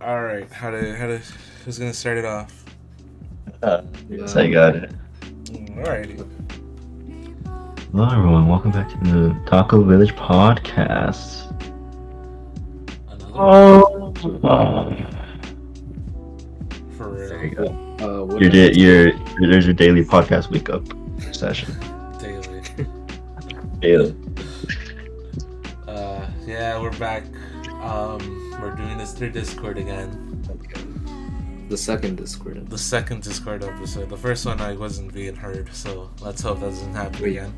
All right, how to how to who's gonna start it off? Uh, yes, I got it. All righty. Hello, everyone. Welcome back to the Taco Village podcast. Another Oh, For there you real. go. Uh, what Your, da- your there's your daily podcast wake up session. Daily. Daily. Uh, yeah, we're back. Um, we're doing this through Discord again. the second Discord. The second Discord episode. The first one I wasn't being heard, so let's hope that doesn't happen again.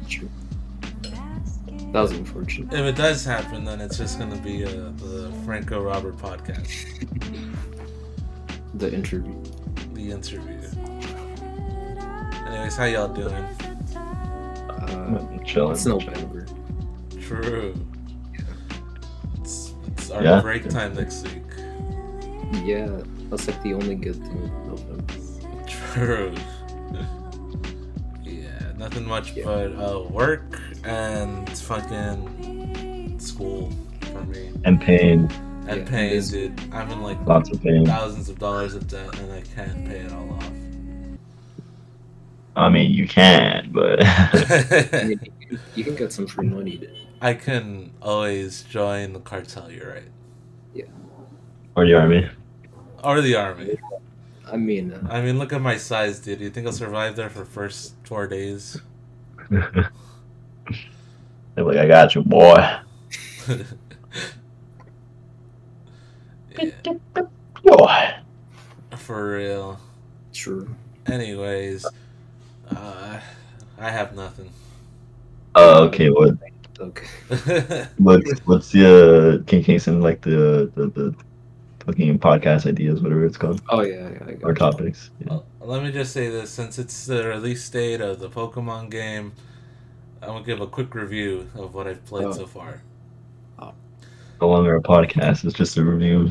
That was unfortunate. If it does happen, then it's just gonna be uh, the Franco Robert podcast, The interview. the interview. Anyways, how y'all doing? Uh, I'm chilling. it's November. True. It's, it's our Yeah. break time next week. Yeah, that's like the only good thing about November. True. yeah, nothing much Yeah. but uh, work and fucking school for me. And pain. And Yeah, it paying, is- dude. I'm in like Lots of pain. thousands of dollars of debt and I can't pay it all off. I mean, you can, but I mean, you can- you can get some free money. Dude. I can always join the cartel, you're right. or the army. Or the army. I mean, uh, I mean, look at my size, dude. You think I'll survive there for first four days? They're like, I got you, boy. yeah, Boy. for real. true. Anyways, uh, I have nothing. Uh, okay, what Okay. what's what's the uh, King Kingston like the the, the fucking podcast ideas, whatever it's called, Oh yeah, yeah I got or it. topics? Yeah. Well, Let me just say this since it's the release date of the Pokemon game, I'm going to give a quick review of what I've played Oh. so far. No longer a podcast; it's just a review.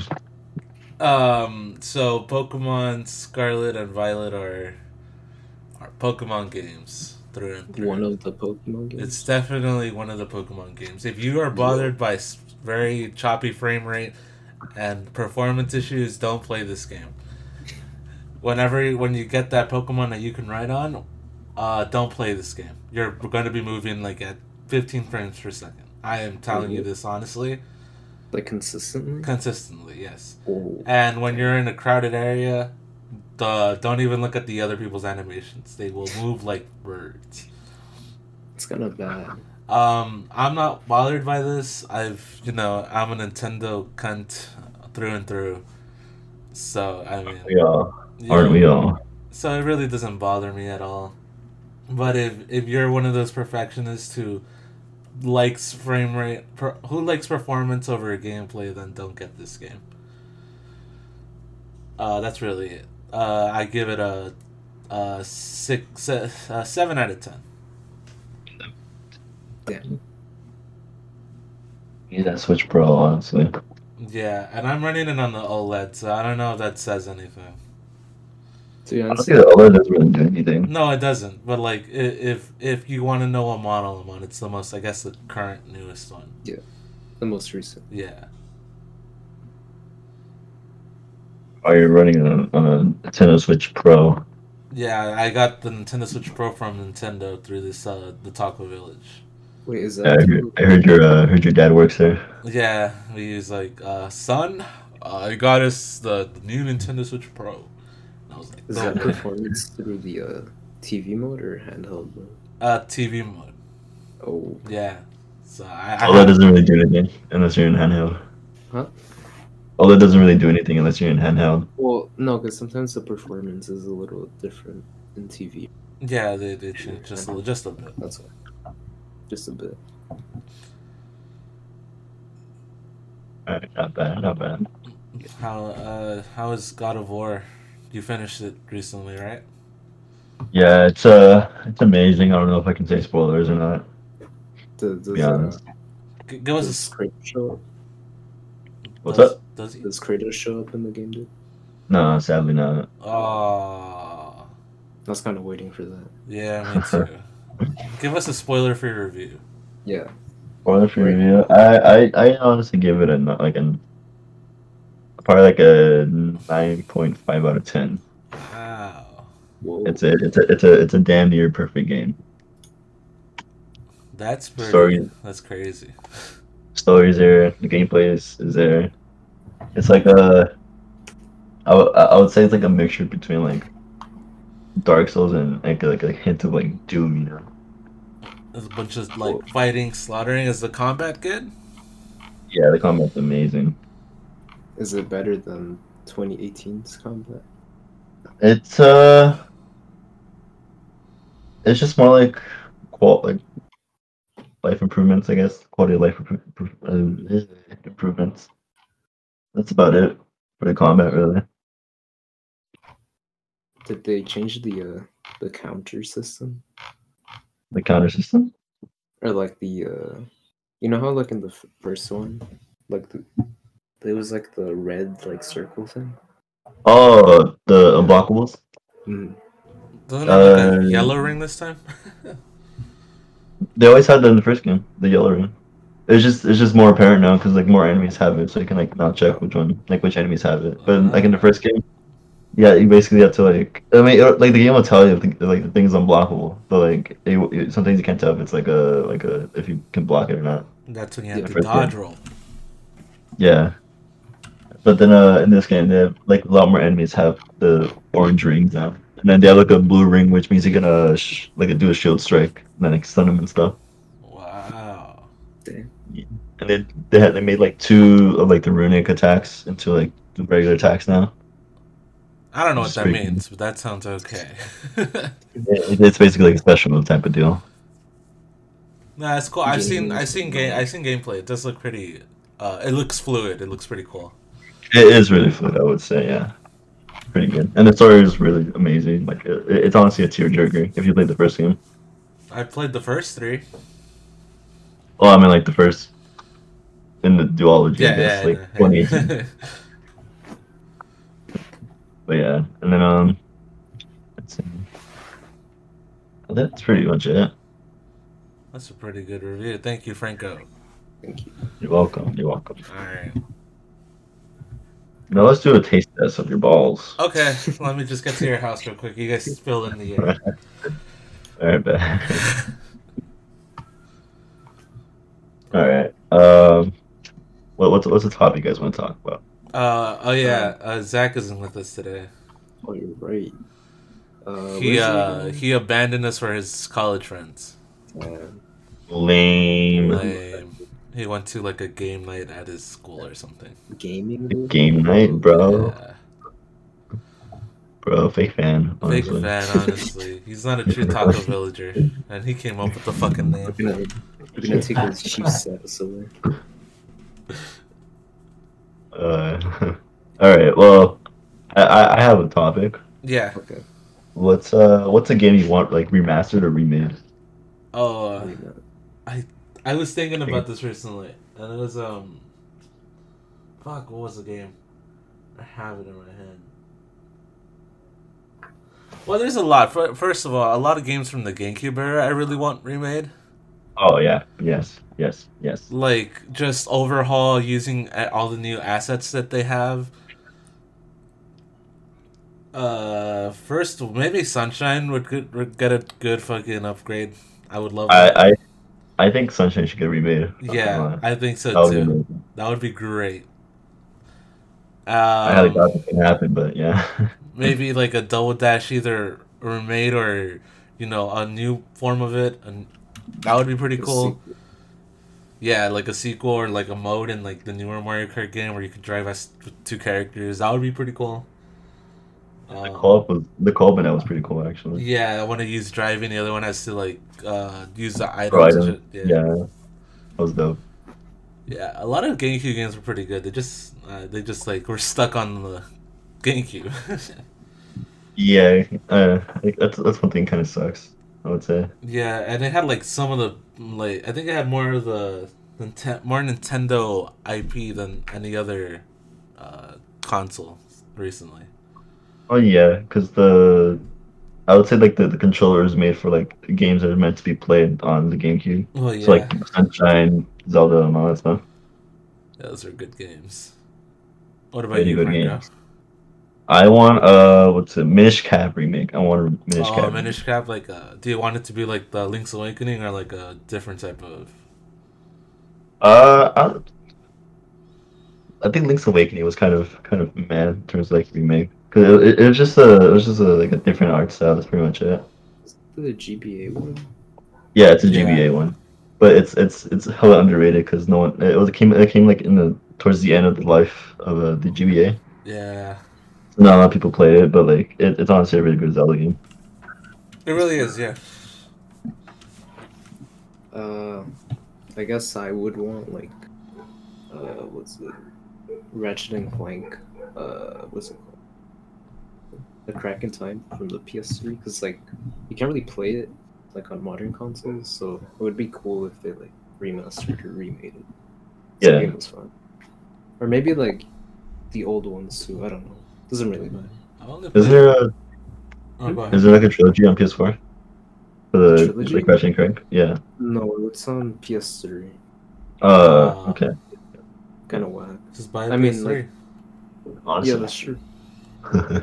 Um, so Pokemon Scarlet and Violet are are Pokemon games through and through. One of the Pokemon games. It's definitely one of the Pokemon games. If you are bothered by s- very choppy frame rate and performance issues, don't play this game. Whenever when you get that Pokemon that you can ride on, uh, don't play this game. You're going to be moving like at 15 frames per second. I am telling you this honestly, like consistently. consistently. Yes. Oh, And when you're in a crowded area, the don't even look at the other people's animations. They will move like birds. it's kind of bad. Um, I'm not bothered by this. I've, you know, I'm a Nintendo cunt through and through. So I mean, We all yeah. aren't we all? So it really doesn't bother me at all. But if if you're one of those perfectionists who likes frame rate, per, who likes performance over gameplay, then don't get this game. Uh, that's really it. Uh, I give it a, a six, a, a seven out of ten. Damn. Yeah, that Switch Pro, honestly. Yeah, and I'm running it on the OLED, so I don't know if that says anything. To be honest, Honestly, the OLED doesn't really do anything. No, it doesn't. But like, i- if if you want to know what model I'm on, it's the most, I guess, the current newest one. the most recent. Yeah, Are you running on, on a Nintendo Switch Pro? yeah. I got the Nintendo Switch Pro from Nintendo through this uh, the Taco Village. Wait, is Yeah, that? I heard, I heard your uh, heard your dad works there. Yeah, we use like uh, son. Uh, I got us the, the new Nintendo Switch Pro. And I was like, Is that "Oh." performance through the uh, TV mode or handheld mode? uh, TV mode. Oh, Yeah. So I, I OLED doesn't really do anything unless you're in handheld. Huh? OLED doesn't really do anything unless you're in handheld. well, no, because sometimes the performance is a little different in TV. yeah, they, they changed just a, just a bit. That's why. Just a bit. Alright, not bad, not bad. How uh how is God of War? You finished it recently, right? Yeah, it's uh, it's amazing. I don't know if I can say spoilers or not. The, the, To be honest, G- give us a s- does Kratos show up? what's does, up? Does he? Does Kratos show up in the game, dude? No, sadly not. Oh, I was kind of waiting for that. yeah, me too. give us a spoiler for your review. Yeah. Spoiler free review. I, I, I honestly give it a no- like an probably like a nine point five out of ten. Wow. Whoa. It's a it's a it's a it's a damn near perfect game. That's pretty. Sorry. That's crazy. Story's there, the gameplay is, is there. It's like a I, w- I would say it's like a mixture between like Dark Souls and like like a hint of like Doom, you know. There's a bunch of like fighting, slaughtering. Is the combat good? Yeah, the combat's amazing. Is it better than 2018's combat? It's uh, it's just more like qual like life improvements, I guess. Quality of life impro- impro- uh, improvements. That's about it for the combat, really. Did they change the uh, the counter system The counter system. or like the uh, you know how like in the f- first one, like the it was like the red like circle thing. Oh, the unblockables. Mm. Doesn't it have like, Uh, a yellow ring this time? They always had that in the first game, the yellow ring. It's just it's just more apparent now because like more enemies have it, so you can like not check which one like which enemies have it. But like in the first game, yeah, you basically have to like I mean it, like the game will tell you if the, like the thing's unblockable, but like it, it, sometimes you can't tell if it's like a like a if you can block it or not. That's when you have Yeah, to first dodge roll. Yeah. But then uh, in this game, they have, like a lot more enemies have the orange rings now, and then they have like a blue ring, which means you can uh sh- like do a shield strike and then like, stun them and stuff. Wow. and they they had they made like two of like the runic attacks into like the regular attacks now. I don't know what that Speaking. means, but that sounds okay. It, it's basically like a special type of deal. nah, it's cool. I've seen I've seen game I've seen gameplay. It does look pretty. Uh, it looks fluid. It looks pretty cool. It is really fluid, I would say. Yeah, pretty good. And the story is really amazing. Like it, it's honestly a tearjerker if you played the first game. I played the first three. Well, I mean like the first in the duology, I Yeah, guess, yeah, like yeah. 2018. but yeah, and then um, let's see. that's pretty much it. That's a pretty good review. Thank you, Franco. Thank you. You're welcome. You're welcome. All right. Now let's do a taste test of your balls. Okay, let me just get to your house real quick. You guys spill in the air. All right, bet. All right. Um, what, what's what's the topic you guys want to talk about? Uh, oh yeah, uh, Zach isn't with us today. Oh, you're right. Uh, he where's that uh, one? he abandoned us for his college friends. Damn. Lame Lame. He went to like a game night at his school or something. gaming. dude? game night, bro. Yeah. Bro, fake fan. Big honestly. fan, honestly. He's not a true Taco Villager, and he came up with the fucking name. We're gonna, we're gonna take his chief status away. Uh, all right. Well, I- I, I have a topic. Yeah. Okay. What's uh what's a game you want like remastered or remade? Oh, uh, Wait, no. I was thinking about this recently, and it was um, fuck, what was the game? I have it in my head. Well, there's a lot. Fir- First of all, a lot of games from the GameCube era I really want remade. Oh yeah. Yes. Yes. Yes. Like just overhaul using a- all the new assets that they have. Uh, first maybe Sunshine would, get- would get a good fucking upgrade. I would love that. I I I think Sunshine should get remade. yeah, I think so That would be too. amazing. That would be great. I highly Um, doubt it can happen, but yeah. maybe like a double dash, either remade or you know a new form of it, and that would be pretty cool. Yeah, like a sequel or like a mode in like the newer Mario Kart game where you could drive as two characters. That would be pretty cool. the Um, co-op was the co-op in that was pretty cool actually. yeah, I want to use driving. The other one has to like uh, use the items. Right, and shit. Yeah. That was dope. Yeah, a lot of GameCube games were pretty good. They just uh, they just like were stuck on the GameCube. Yeah, uh, like, that's that's one thing kind of sucks. I would say. yeah, and it had like some of the like I think it had more of the Ninten- more Nintendo IP than any other uh, console recently. Oh yeah, because the I would say like the, the controller is made for like games that are meant to be played on the GameCube. Well, yeah, So like Sunshine, Zelda, and all that stuff. those are good games. What about you, Video Franco? games. I want uh, what's it, Minish Cap remake. I want a Minish oh, Cap. Minish Cap. Like, uh, do you want it to be like the Link's Awakening or like a different type of? Uh, I, I think Link's Awakening was kind of kind of mad in terms of like remake because it, it, it was just a it was just a, like a different art style. That's pretty much it. Is it the GBA one? Yeah, it's a Yeah. GBA one, but it's it's it's hella underrated because no one it was it came it came like in the towards the end of the life of uh, the GBA. Yeah, So not a lot of people play it, but like it, it's honestly a really good Zelda game. it really is. Yeah. Uh, I guess I would want like, uh, what's the Ratchet and Clank? Uh, what's it called? The Crack in Time from the PS3, because like you can't really play it like on modern consoles, so it would be cool if they like remastered or remade it. So Yeah. the game was fun. Or maybe like the old ones too. I don't know. Doesn't really matter. I only Is played- there a oh, go ahead. is there like a trilogy on PS4 for the Trilogy? like Ratchet and Clank? Yeah. No, it's on PS3. Uh, okay. Kind of whack. Just buy I a mean, PS3. Yeah, Honestly. that's true.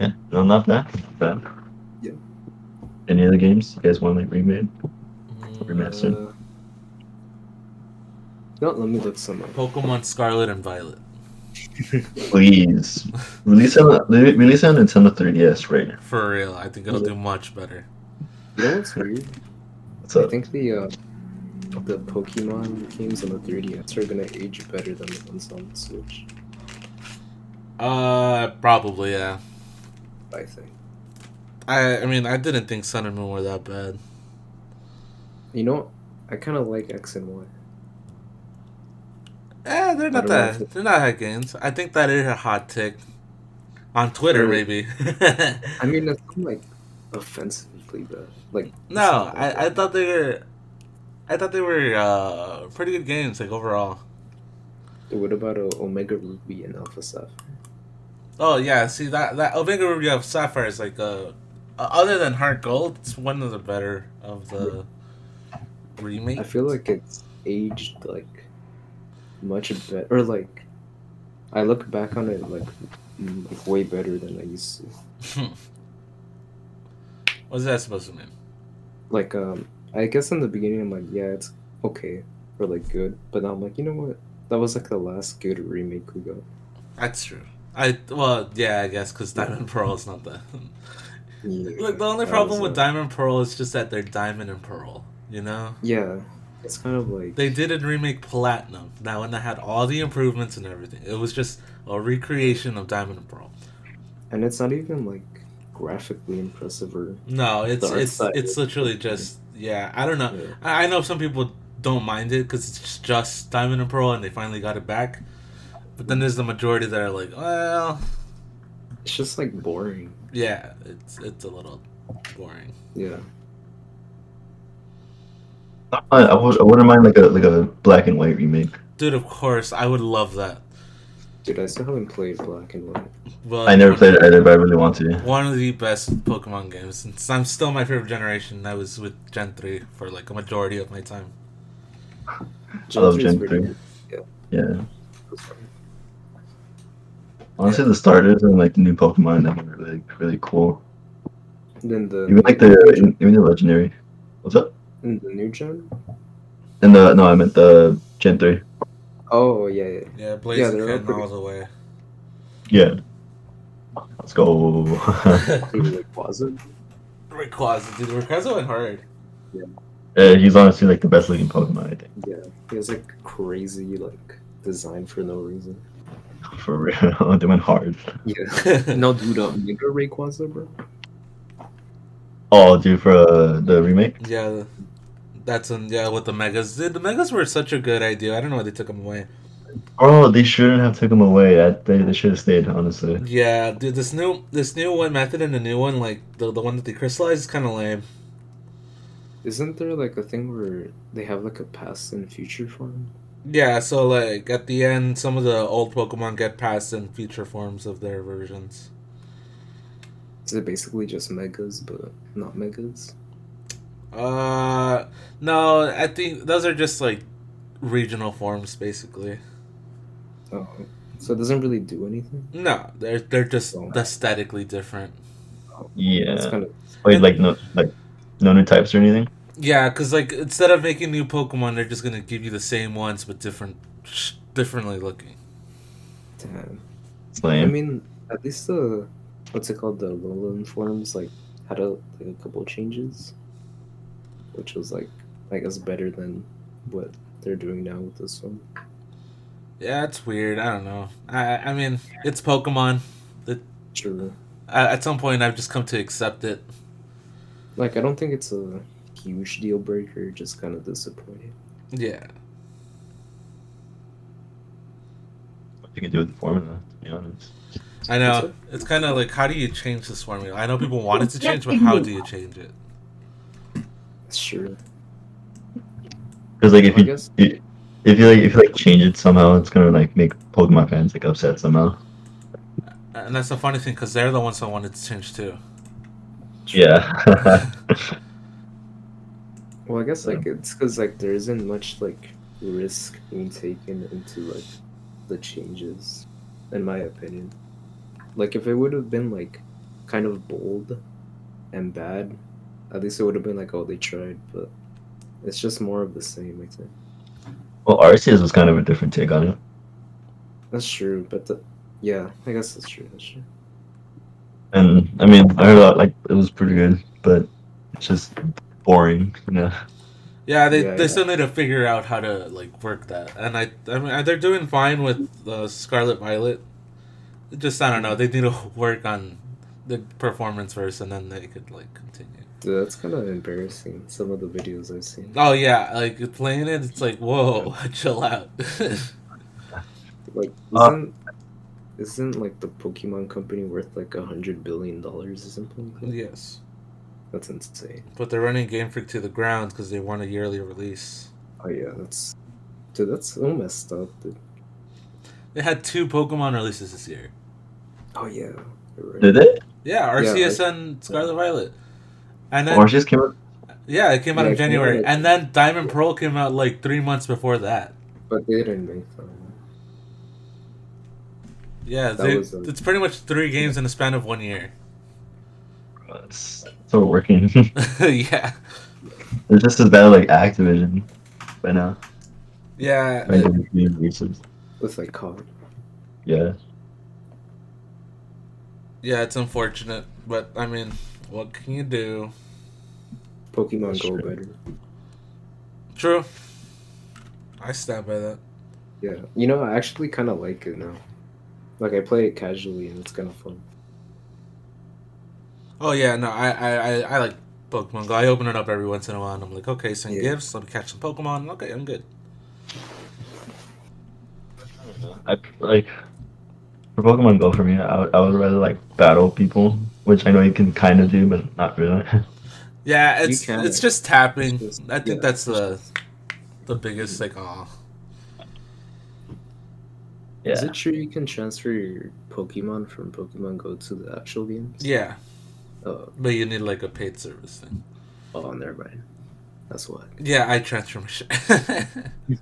yeah. No, not bad. Not bad. Yeah. Any other games you guys want like remade? Mm, Remastered? Uh, no, let me look some up. Pokemon Scarlet and Violet. Please release it. On, re- release it on Nintendo 3DS right now. For real, I think it'll do much better. You know what's weird? What's I up? think the uh, the Pokemon games on the 3DS are gonna age better than the ones on the Switch. Uh, probably yeah. I think. I I mean, I didn't think Sun and Moon were that bad. You know, I kind of like X and Y. Eh, they're not don't know if that. it- They're not hot games. I think that is a hot take. On Twitter, Sure. maybe. I mean, it's not like offensively bad. Like it's no, not I, I thought they were. I thought they were uh, pretty good games, like overall. bad. What about uh, Omega Ruby and Alpha Sapphire? Oh yeah, see that that Omega Ruby of Sapphire is like uh uh, other than Heart Gold, it's one of the better of the remake. I feel like it's aged like much better, or like I look back on it like, m- like way better than I used to. What's that supposed to mean? Like um, I guess in the beginning I'm like, yeah, it's okay or like good, but now I'm like, you know what? That was like the last good remake we got. That's true. I well, yeah, I guess because Diamond Pearl is not that. Look, the only That problem was, with uh, Diamond Pearl is just that they're Diamond and Pearl. You know, Yeah, it's kind of like they did a remake Platinum. That one that had all the improvements and everything. It was just a recreation of Diamond and Pearl. and it's not even like graphically impressive or No, it's Dark it's side. it's literally just yeah. I don't know. Yeah. I I know some people don't mind it because it's just Diamond and Pearl, and they finally got it back. But then there's the majority that are like, well, it's just like boring. yeah, it's it's a little boring. Yeah, I, I, would, I wouldn't mind like a like a black and white remake. Dude, of course, I would love that. dude, I still haven't played Black and White. But I never played it either, but I really want to. One of the best Pokemon games. And I'm still my favorite generation. I was with Gen 3 for like a majority of my time. I love 3's Gen pretty 3. good. Yeah. Honestly, the starters and like the new Pokemon that were really really cool. Then the Even like the even the legendary. What's up? in the new gen. And the no, I meant the Gen three. Oh yeah, yeah. Yeah, Yeah, Blaziken they're all pretty- all the way. Yeah. Let's go. Maybe, like Wazoo. Rayquaza, dude. Rayquaza went hard. Eh, he's honestly like the best looking Pokemon I think Yeah, he has like crazy like design for no reason. for real. they went hard. Yeah. no, dude, uh, Omega Rayquaza, bro. Oh, dude, for uh, the remake. Yeah, that's in, yeah with the megas. Dude, the megas were such a good idea. I don't know why they took them away. Bro, Oh, they shouldn't have took him away. I, they they should have stayed. Honestly. Yeah, dude, this new this new one method and the new one like the the one that they crystallized is kind of lame. Isn't there like a thing where they have like a past and future form? Yeah, so like at the end, some of the old Pokemon get passed in future forms of their versions. Is it basically just megas but not megas? Uh, no, I think those are just like regional forms, basically. Oh, so it doesn't really do anything. No, they're they're just Oh. aesthetically different. It's Yeah. kind of Wait, like no, like no new types or anything. Yeah, because like instead of making new Pokemon, they're just gonna give you the same ones but different, sh- differently looking. damn. It's I lame. mean, at least the what's it called the lowland forms like had a like a couple changes, which was like I guess better than what they're doing now with this one. Yeah, it's weird. I don't know. I I mean, it's Pokemon. Sure. I, at some point, I've just come to accept it. Like I don't think it's a huge deal breaker. Just kind of disappointed. Yeah, what you can do with the formula, to be honest. I know. It's kind of like, how do you change this formula? I know people want it to change, but how do you change it? Sure. Because like if I you, guess. you if you like if you like change it somehow, it's gonna like make Pokemon fans like upset somehow. And that's the funny thing, because they're the ones that wanted to change too. Yeah. Well, I guess like it's because like there isn't much like risk being taken into like the changes, in my opinion. Like if it would have been like kind of bold and bad, at least it would have been like oh they tried, but it's just more of the same. I think well, Arceus was kind of a different take on it. that's true, but the, yeah, I guess that's true. That's true. And I mean, I heard that, like it was pretty good, but it's just boring. You know, Yeah, they, Yeah, they yeah. still need to figure out how to like work that. And I I mean they're doing fine with uh, Scarlet Violet. It Just I don't know. They need to work on the performance first, and then they could like continue. Dude, that's kind of embarrassing. Some of the videos I've seen, Oh yeah, like playing it, it's like whoa, chill out. like Uh, isn't isn't like the Pokemon company worth like a hundred billion dollars or something? Like that? yes, That's insane. but they're running Game Freak to the ground because they want a yearly release. Oh yeah, that's dude. That's so messed up, dude. They had two Pokemon releases this year. Oh yeah, you're right. did it? Yeah, Arceus like- and Scarlet Violet. And then Arceus came out. yeah, it came out Yeah, in it came out January, like- and then Diamond Pearl came out like three months before that. But they didn't make fun. of Yeah, That they, was a- it's pretty much three games in the span of one year. It's still working. it's yeah, just as bad like Activision by now. yeah. Like, the new releases. it. With like COD. Yeah. Yeah, it's unfortunate, but I mean, what can you do? Pokemon That's Go true. better. True. I stand by that. Yeah, you know I actually kind of like it now. Like I play it casually and it's kind of fun. Oh yeah, no, I I, I, I like Pokemon Go. I open it up every once in a while, and I'm like, okay, send Yeah. gifts. Let me catch some Pokemon. Okay, I'm good. I like for Pokemon Go for me. I would, I would rather like battle people, which I know you can kind of do, but not really. Yeah, it's can. it's just tapping. It's just- I think yeah. that's the the biggest like oh Is yeah, it true you can transfer your Pokemon from Pokemon Go to the actual games? yeah, Oh, but you need like a paid service thing. oh, never mind. That's why. Yeah, I transfer my shit.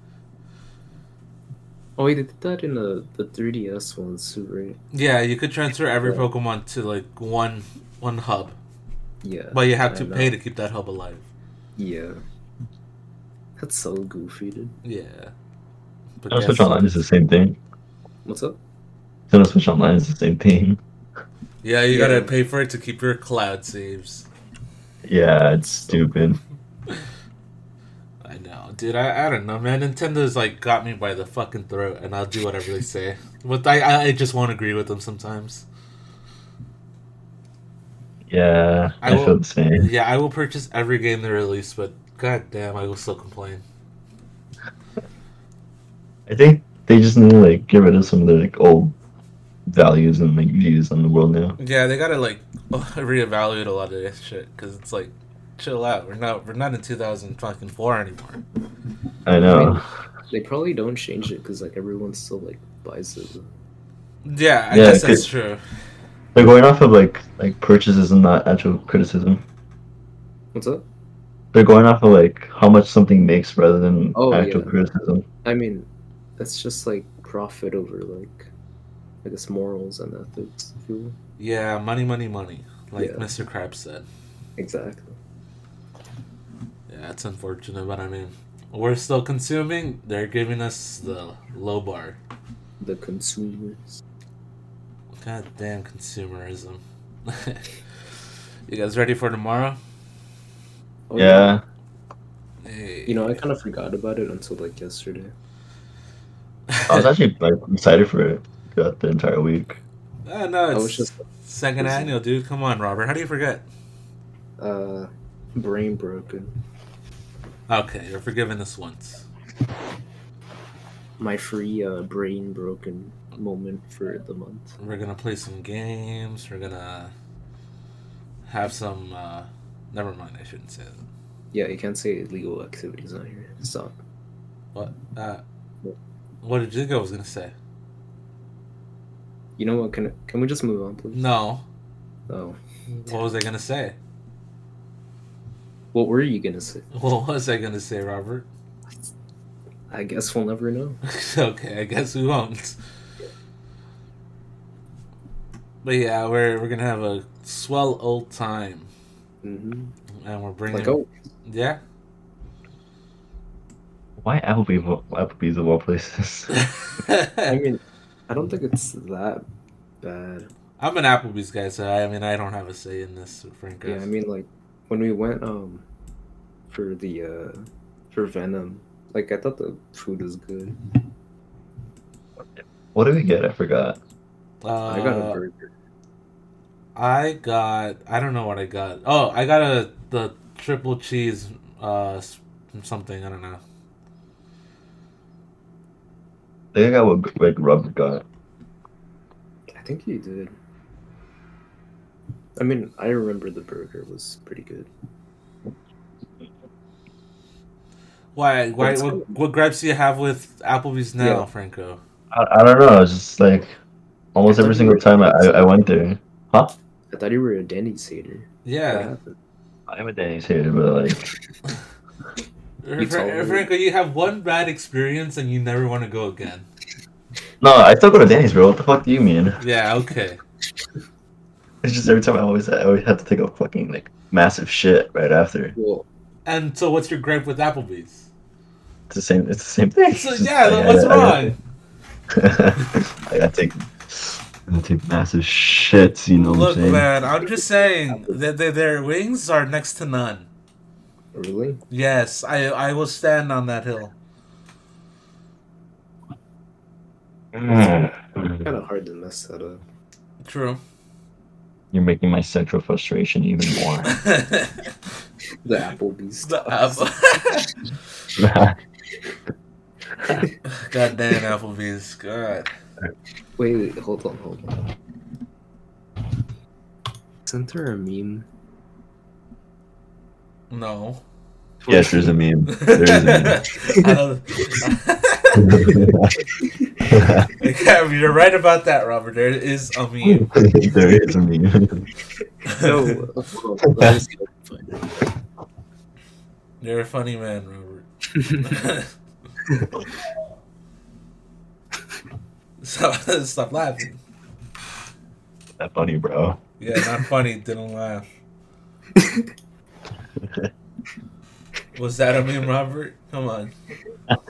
Oh, wait, they did that in the the 3DS ones too, right? yeah, you could transfer every Yeah. Pokemon to like one one hub, Yeah. but you have I to know. pay to keep that hub alive. Yeah. That's so goofy, dude. Yeah. But Nintendo yes. Switch Online is the same thing. What's up? Nintendo Switch Online is the same thing. yeah, you Yeah. gotta pay for it to keep your cloud saves. Yeah, it's stupid. I know, dude. I, I don't know, man. Nintendo's like got me by the fucking throat, and I'll do whatever they say. But I- I I just won't agree with them sometimes. Yeah, I I, will- feel the same. Yeah, I will purchase every game they release, but goddamn, I will still complain. I think they just need to like get rid of some of their like old values and like views on the world now. Yeah, they gotta like reevaluate a lot of this shit because it's like, chill out. We're not we're not in two thousand fucking four anymore. I know. They probably don't change it because like everyone still like buys it. Yeah, I Yeah, guess that's it- true. They're going off of like like purchases and not actual criticism. What's up? They're going off of like how much something makes rather than Oh, actual yeah. criticism. I mean, that's just like profit over like, I guess morals and ethics. If you will. Yeah, money, money, money. Like Yeah. Mr. Krabs said. Exactly. Yeah, it's unfortunate, but I mean, we're still consuming. They're giving us the low bar. The consumers. God damn consumerism. you guys ready for tomorrow? Oh, yeah. Hey. You know, I kind of forgot about it until like yesterday. I was actually like excited for it throughout the entire week. Ah, no, I it's was just second busy. annual, dude. Come on, Robert. How do you forget? uh, brain broken. Okay, you're forgiven this once. My free uh, brain broken moment for the month. We're gonna play some games. We're gonna have some. Uh, never mind. I shouldn't say that. Yeah, you can't say illegal activities on here. Stop. What? Uh, what did Jigo was gonna say? You know what? Can can we just move on, please? No. Oh, What was I gonna say? what were you gonna say? What was I gonna say, Robert? I guess we'll never know. okay, I guess we won't. But yeah, we're we're gonna have a swell old time, Mm-hmm. and we're bringing Like oh, yeah. Why Applebee's? of- Applebee's of all places. I mean, I don't think it's that bad. I'm an Applebee's guy, so I mean I don't have a say in this, Frank. Yeah, I mean, like when we went um for the uh for Venom, like I thought the food was good. what did we get? I forgot. uh, I got a burger. I got I don't know what I got. Oh, I got a the triple cheese uh s- something I don't know. I think I got what like Robert got. I think you did. I mean, I remember the burger was pretty good. Why why That's what, cool. what gripes do you have with Applebee's now, Yeah. Franco? I, I don't know. It's just like almost I thought every you single were- time I, I I went there. I thought you were a Denny's hater. What Yeah, happened? I'm a Danny's hater, but like Fra- told me. Franco, you have one bad experience and you never want to go again. no, I still go to Danny's, bro. What the fuck do you mean? Yeah, okay. It's just every time I always I always have to take a fucking like massive shit right after. Well, And so, what's your gripe with Applebee's? It's the same. It's the same thing. So It's just yeah, like, I- what's I- wrong? I gotta take, I gotta take massive shits. You know Look, what I'm saying? man, I'm just saying that they, their wings are next to none. really? Yes, I I will stand on that hill. Mm. Kind of hard to mess that up. True. You're making my sexual frustration even more. the The Applebee's. apple. God damn Applebee's. God. Wait, wait, hold on, hold on. Isn't there a meme? No. yes, there's a meme. There is a I don't- meme. Okay, You're right about that, Robert. There is a meme. there is a meme. No, uh, hold on, let me see if I can find You're a funny man, Robert. stop, stop laughing. That funny, bro. Yeah, not funny. Didn't laugh. Was that a meme, Robert? Come on. it.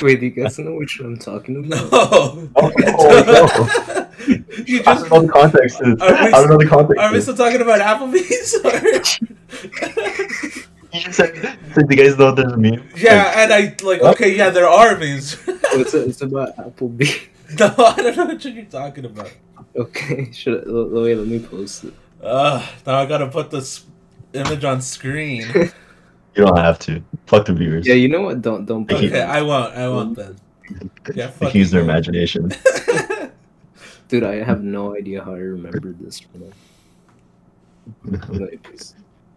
Wait, do you guys know which one I'm talking about? No. Oh, you I just don't know the context. Is. Are we- I don't know the context. are we is. still talking about Applebee's? Or... You just said, said you guys know there's a meme. yeah, and I like okay, yeah, there are memes. Oh, it's, it's about Applebee. no, I don't know what you're talking about. Okay, should I, l- wait, let me post it. Uh, now I gotta put this image on screen. Like, you don't have to. Fuck the viewers. Yeah, you know what? Don't don't put Okay, it. I won't. I won't then. yeah, they fuck can use their you. imagination. Dude, I have no idea how I remembered this one. Like,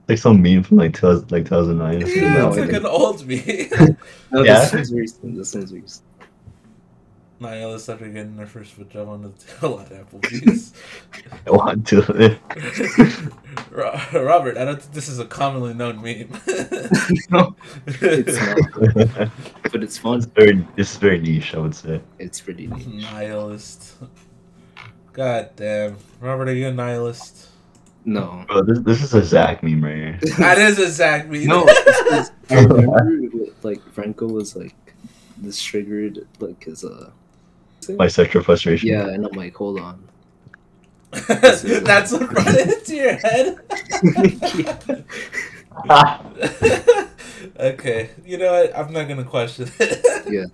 like some meme from like 2000, like 2009. or something yeah, like it's that. like an old me. no, Yeah. this one's recent. This one's recent. Nyla after getting her first vagina on the tail at Applebee's. I want to. Ro- Robert, I don't think this is a commonly known meme. no, it's not. but it's fun. It's very, it's very niche, I would say. It's pretty neat. Nihilist. God damn. Robert, are you a nihilist? No. Bro, this, this is a Zach meme right here. That is a Zach meme. No, it's- it's- I remember like Franco was like this triggered like his uh Bisexual frustration. yeah, and I'm like, hold on. That's what brought it into your head. Ah, okay. You know what? I'm not gonna question it. Yeah.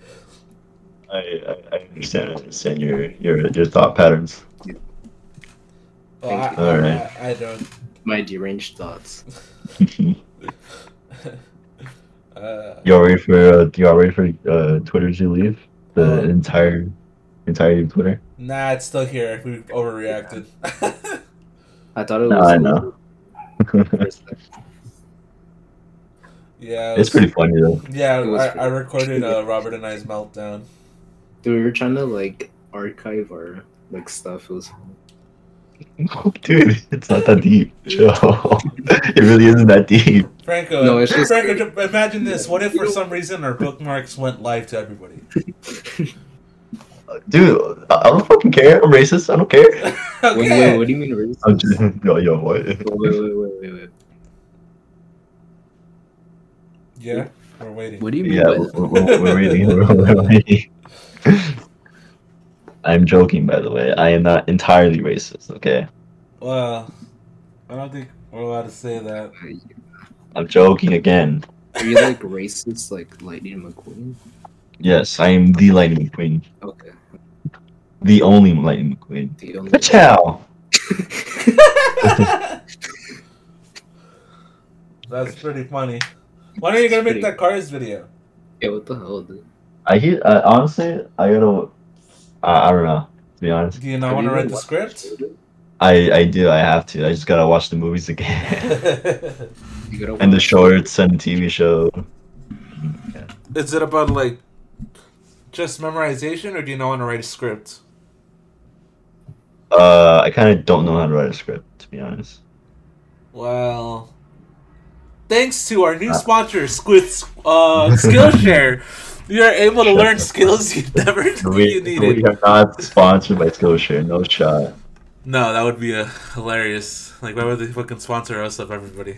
I, I, I understand. I understand your, your, your thought patterns. Well, I, Thank you. Alright. I, I don't. My deranged thoughts. Uh, Y'all ready for uh, y'all ready for uh, Twitter to leave the Um, entire entirety of Twitter? nah, it's still here. We overreacted. I thought it was No, I know. first time. yeah. it was- it's pretty funny though. Yeah, It was I, I pretty- recorded uh, Robert and I's meltdown. Dude, we were trying to like archive our like stuff. It was Dude, it's not that deep. Chill. it really isn't that deep. Franco, No, it's just- Franco, ju- imagine this. What if You for know- some reason our bookmarks went live to everybody? Dude, I, I don't fucking care. I'm racist. I don't care. okay. wait, wait, what do you mean racist? I'm just yo yo what? Wait, wait, wait, wait, wait. Yeah, we're waiting. What do you mean? Yeah, by we're, that? we're, we're waiting. We're, we're waiting. I'm joking, by the way. I am not entirely racist. Okay, Well, I don't think we're allowed to say that. I'm joking again. Are you like racist, like Lightning McQueen? Yes, I am the Lightning McQueen, Okay, the only Lightning McQueen. the only. Ciao. That's pretty funny. When are you gonna make Pretty- that cars video? yeah, what the hell, dude? I hear. Uh, honestly, I gotta. I I don't know. To be honest, Do you not Have want to you write even the watched script? I I do. I have to. I just gotta watch the movies again, Is You gotta and the watch- shorts and the TV show. it about like just memorization, or do you not want to write a script? Uh, I kind of don't know how to write a script. To be honest, Well, thanks to our new sponsor, Squid uh, Skillshare, you are able to Shut learn the fuck skills you never knew we, you needed. we are not sponsored by Skillshare. No shot. No, that would be uh, hilarious. Like, why would they fucking sponsor us of everybody?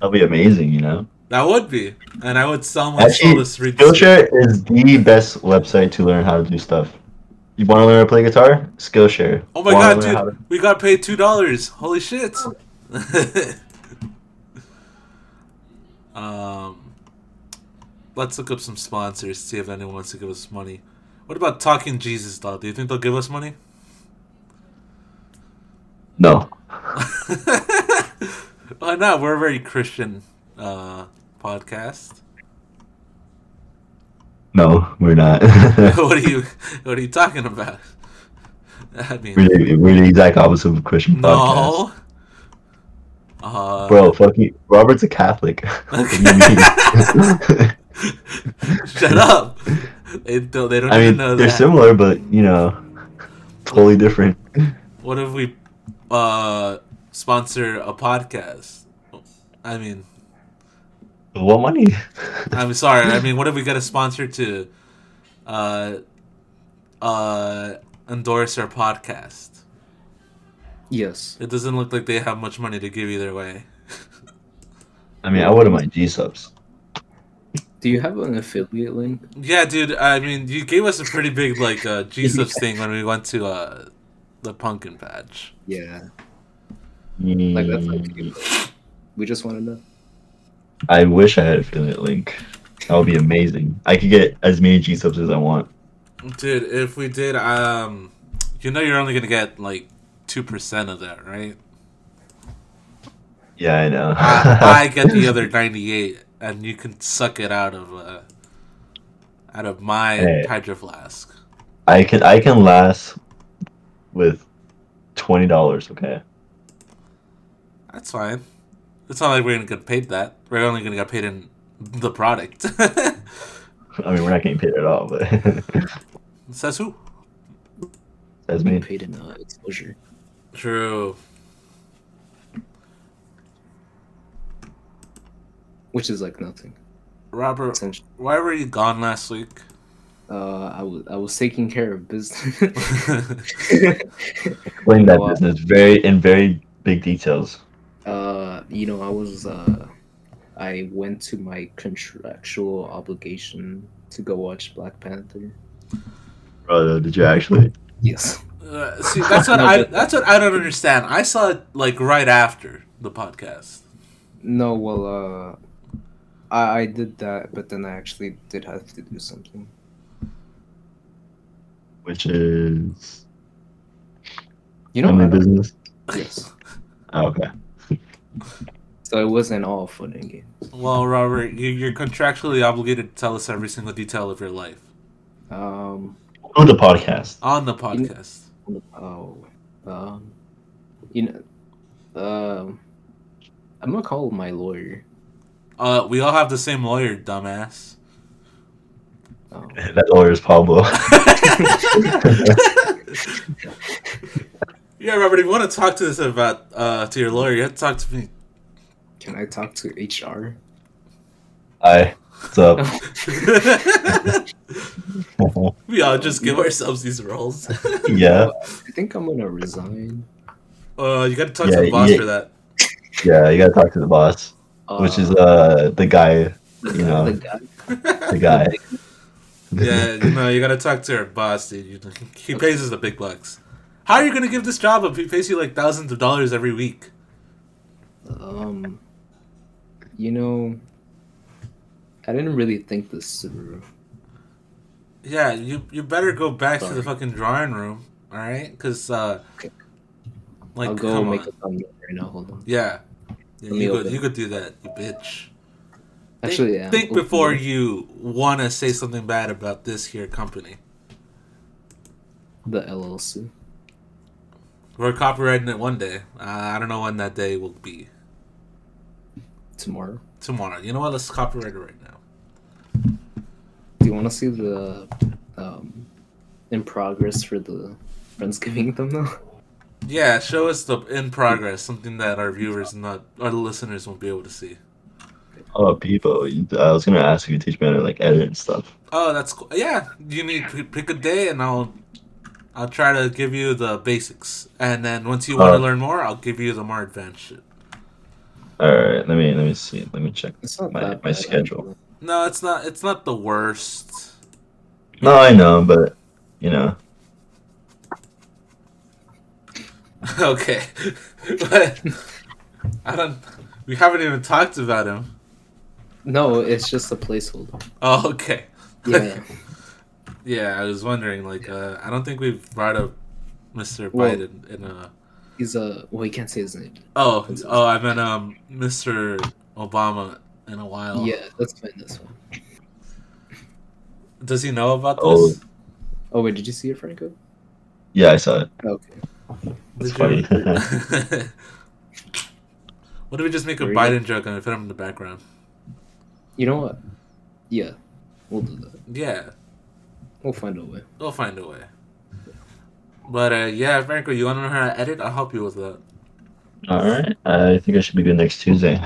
That'll be amazing. You know. That would be, and I would sell my soul Actually, to street. Skillshare is the best website to learn how to do stuff. You want to learn how to play guitar? Skillshare. Oh my Wanna god, learn how dude, to- we got paid two dollars. Holy shit. um, let's look up some sponsors. See if anyone wants to give us money. What about Talking Jesus, though? Do you think they'll give us money? No. Why not? We're a very Christian uh, podcast. No, we're not. what are you What are you talking about? I mean, we're, the, we're the exact opposite of Christian podcast. no. Uh, Bro, fucking Robert's a Catholic. What do you mean? Shut up! They don't, they don't I even mean, know they're that. similar, but you know, totally different. What if we uh, sponsor a podcast? I mean, What money? I'm sorry. I mean, what if we get a sponsor to uh, uh, endorse our podcast? Yes. It doesn't look like they have much money to give either way. I mean, I wouldn't mind G subs. Do you have an affiliate link? Yeah, dude. I mean, you gave us a pretty big like uh, Jesus thing when we went to uh, the pumpkin patch. Yeah, like that's Mm. like. We just want to know. I wish I had affiliate link. That would be amazing. I could get as many G subs as I want. Dude, if we did, um, you know, you're only gonna get like two percent of that, right? Yeah, I know. I, I get the other ninety-eight, and you can suck it out of uh, out of my Hey. hydro flask. I can I can last with twenty dollars. Okay. That's fine. It's not like we're gonna get paid that. We're only gonna get paid in the product. I mean, we're not getting paid at all, but Says who? that's me. paid in uh, exposure. True. Which is like nothing. Robert, Essentially, why were you gone last week? uh, I was I was taking care of business. Uh, Explain that Well, uh, business very in very big details. uh, you know, I was uh, I went to my contractual obligation to go watch Black Panther. Bro, did you actually? Yes. Uh, see, that's what I that's what I don't understand. I saw it like right after the podcast. No, well, uh, I I did that, but then I actually did have to do something. Which is You know. family what? business. Yes. Oh, okay. So it wasn't all fun and games. Well, Robert, you, you're contractually obligated to tell us every single detail of your life Um. On the podcast. on the podcast. Oh. Um. You know. Um. I'm gonna call my lawyer. Uh, we all have the same lawyer, dumbass. Um, That lawyer is Pablo. yeah, Robert, if you want to talk to us about uh to your lawyer, you have to talk to me. can I talk to HR? Hi. What's up? we all just give ourselves these roles. yeah. I think I'm gonna resign. Uh, you got to talk Yeah, to the boss yeah. for that. Yeah, you gotta talk to the boss. Uh, Which is uh the guy you know. the guy. The guy. Yeah, no, you got to talk to our boss, dude. You, he pays us the big bucks. How are you gonna give this job up? He pays you like thousands of dollars every week. Um. You know. I didn't really think this through. Yeah, you you better go back to the Sorry. fucking drawing room, all right? Because uh, Okay. like I'll go come make on. a thumbnail right now. Hold on. Yeah. yeah Let me you, could, open. you could do that, you bitch. Think- Actually, yeah. I'm think open. before you want to say something bad about this here company. the LLC. We're copywriting it one day. Uh, I don't know when that day will be. tomorrow. Tomorrow. You know what? Let's copyright it right now. Do you want to see the um, in progress for the Friendsgiving thumbnail? Yeah, show us the in progress, something that our viewers and not our listeners won't be able to see. Oh people. you- I was gonna ask if you teach me how to like edit and stuff. Oh, that's cool. Yeah, you need to pick a day, and I'll I'll try to give you the basics, and then once you want Uh. to Oh. learn more, I'll give you the more advanced shit. Alright, let me let me see. Let me check. It's not My- that my bad, schedule. No, it's not. It's not the worst. No, I know, but you know. okay, but I don't. We haven't even talked about him. actually. No, it's just a placeholder. Oh, okay. Yeah. Yeah, I was wondering. Like, uh, I don't think we've brought up Mr. Well- Biden in a. He's a. Well, you can't say his name. Oh, oh, I meant um, Mr. Obama in a while. Yeah, let's find this one. Does he know about Oh, this? Oh, wait, did you see it, Franco? Yeah, I saw it. Okay. It's Did you- funny. what if we just make a There you Biden joke and we put him in the background? You know what? Yeah, we'll do that. Yeah, We'll find a way. we'll find a way. But uh, yeah, Franco, you want to know how to edit? I'll help you with that. Alright. I think I should be good next Tuesday.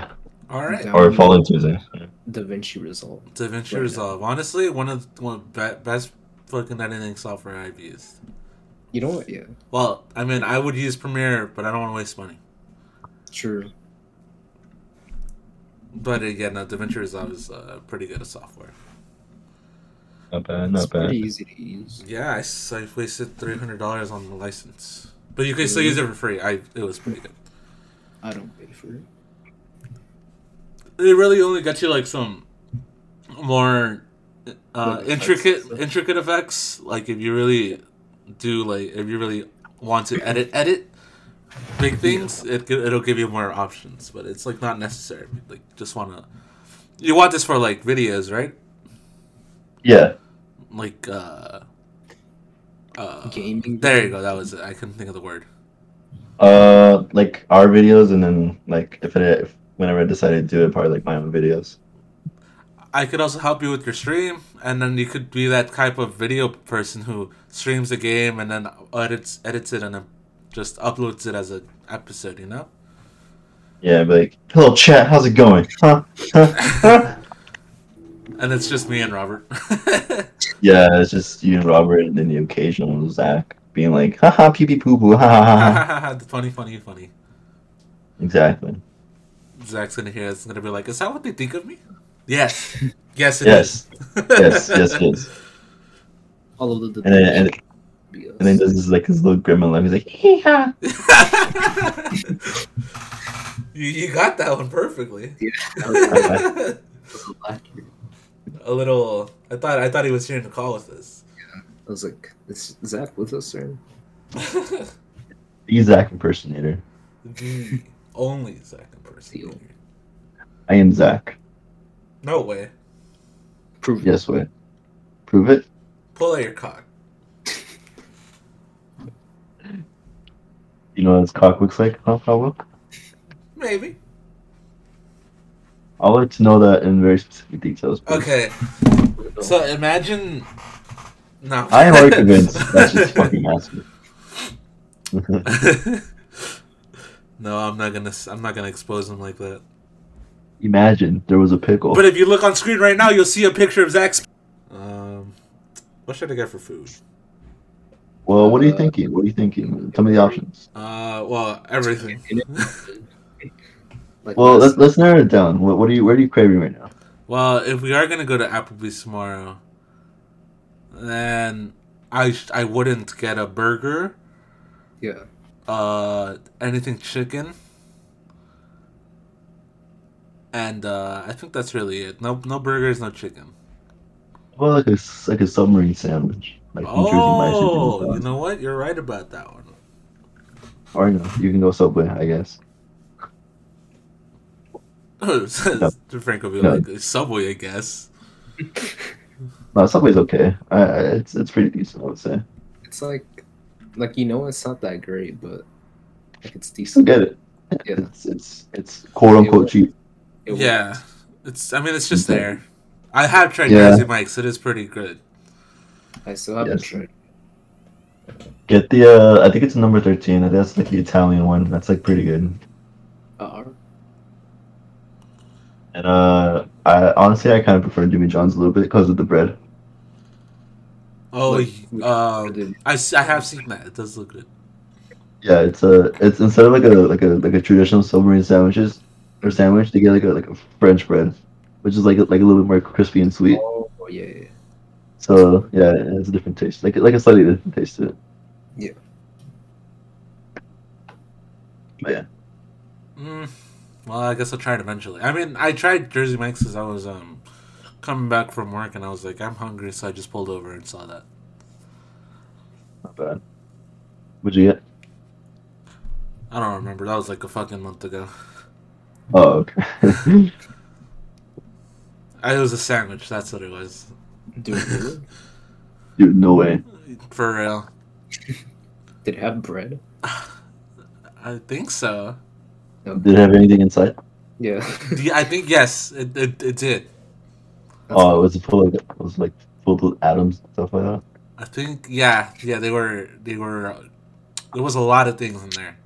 All right. Down Or following Tuesday. Da Vinci Resolve. Da Vinci Right. Resolve. Honestly, one of the one of the be- best fucking editing software I've used. You know what? Yeah, Well, I mean, I would use Premiere, but I don't want to waste money. true. But again, no, DaVinci Resolve is uh, pretty good at software. Not bad, It's not bad. pretty easy to use. Yeah, I, s- I wasted three hundred dollars on the license, Mm-hmm. but you can still use it for free. I it was pretty good. I don't pay for it. They really only got you like some more uh, Like effects intricate and stuff. intricate effects. Like if you really do like if you really want to edit edit big things, it gi- it'll give you more options. But it's like not necessary. Like just wanna you want this for like videos, right? Yeah. Like uh, uh Gaming. There you go. That was it. I couldn't think of the word. Uh, like our videos, and then like if it if, whenever I decided to do it, probably like my own videos. I could also help you with your stream, and then you could be that type of video person who streams the game and then edits edits it and then just uploads it as an episode. You know? Yeah, I'd be like, hello chat, how's it going? Huh? Huh? Huh?" and it's just me and Robert. Yeah, it's just you and Robert and then the occasional Zach being like, haha, pee pee poo poo, ha ha ha. ha." funny, funny, funny. Exactly. Zach's gonna hear us. Gonna be like, is that what they think of me? Yes, yes, it is. Yes, yes, yes, yes. All of the. And then, and, BS. and then does his like his little gremlin laugh. He's like, hee ha. you, you got that one perfectly. Yeah, that was- that a was accurate. little. I thought I thought he was here in the call with us. I was like, is Zach with us or? The Zach impersonator. the Mm-hmm. only second person. Deal. here. I am Zach. No way. Prove Yes, wait. Prove it. Pull out your cock. You know what his cock looks like? Huh, Pablo? Maybe. I'll let to know that in very specific details. please. Okay. So imagine. No. I am already convinced that's just fucking awesome. no, I'm not gonna. s- I'm not gonna expose him like that. Imagine there was a pickle. But if you look on screen right now, you'll see a picture of Zach's. Um, what should I get for food? well, what are you Uh, thinking? What are you thinking? Tell me the options. Uh, well, everything. Like Well, let's last- let's narrow it down. What what are you where are you craving right now? Well, if we are gonna go to Applebee's tomorrow, then I sh- I wouldn't get a burger, yeah, uh, anything chicken, and uh, I think that's really it. No no burgers, no chicken. Well, like a s- like a submarine sandwich, like New Jersey my Oh, you chicken. know what? You're right about that one. Or no, you can go Subway, I guess. Frank will be No. like Subway, I guess. No, Subway's okay. I, I it's it's pretty decent, I would say. it's like, like you know, it's not that great, but like it's Still decent. get it. Yeah. It's it's it's quote unquote cheap. It works. yeah, it's. I mean, it's just there. I have tried Yeah. Crazy Mike's. It is pretty good. I still haven't Yes. tried. Get the uh, I think it's number thirteen. I think that's like the Italian one. That's like pretty good. Uh, And uh, I honestly I kind of prefer Jimmy John's a little bit because of the bread. Oh, Like, y- um, the, I, s- I have seen that. It does look good. Yeah, it's a it's instead of like a like a like a traditional submarine sandwiches or sandwich, they get like a like a French bread, which is like a, like a little bit more crispy and sweet. oh yeah, yeah, yeah. So yeah, it has a different taste, like like a slightly different taste to it. Yeah. But yeah, Mm, well, I guess I'll try it eventually. I mean, I tried Jersey Mike's because I was um coming back from work and I was like, I'm hungry, so I just pulled over and saw that. not bad. What'd you get? I don't remember. That was like a fucking month ago. Oh, okay. I, it was a sandwich. That's what it was. Do it really? Dude, no way. For real. Did it have bread? I think so. Did it have anything inside? Yeah. Yeah, I think yes, it, it, it did. Oh, it was full of it was like full of atoms and stuff like that. I think yeah, yeah. They were they were. There was a lot of things in there.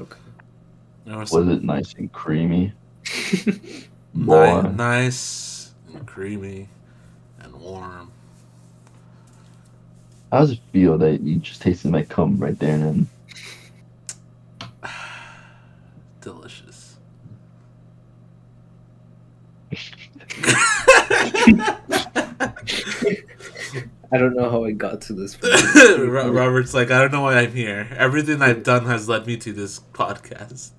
Okay. There was, Was it nice and creamy? ni- Boy. nice and creamy and warm. How does it feel that you just tasted my cum right there and then? Delicious. I don't know how I got to this. Ro- Robert's like, I don't know why I'm here. Everything I've done has led me to this podcast.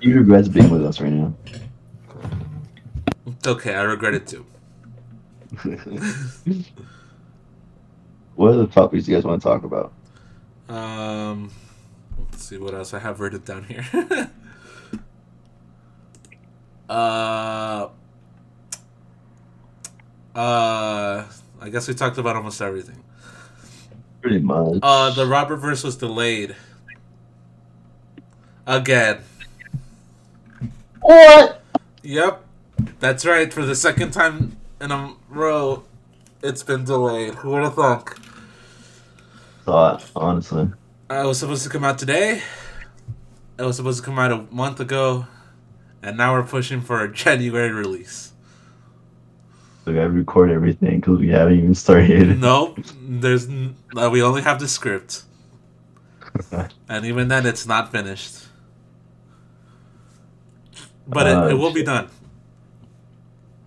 You regrets being with us right now. It's okay, I regret it too. what are the topics you guys want to talk about? Um, let's see what else I have written down here. uh, uh, I guess we talked about almost everything. Pretty much. Uh, the Robert verse was delayed again. what? Yep, that's right. For the second time in a row, it's been delayed. Who would have thunk? Thought honestly. Uh, it was supposed to come out today. It was supposed to come out a month ago, and now we're pushing for a January release. So we gotta record everything because we haven't even started. Nope. There's n- uh, we only have the script, and even then, it's not finished. But Uh, it, it will be shit. done.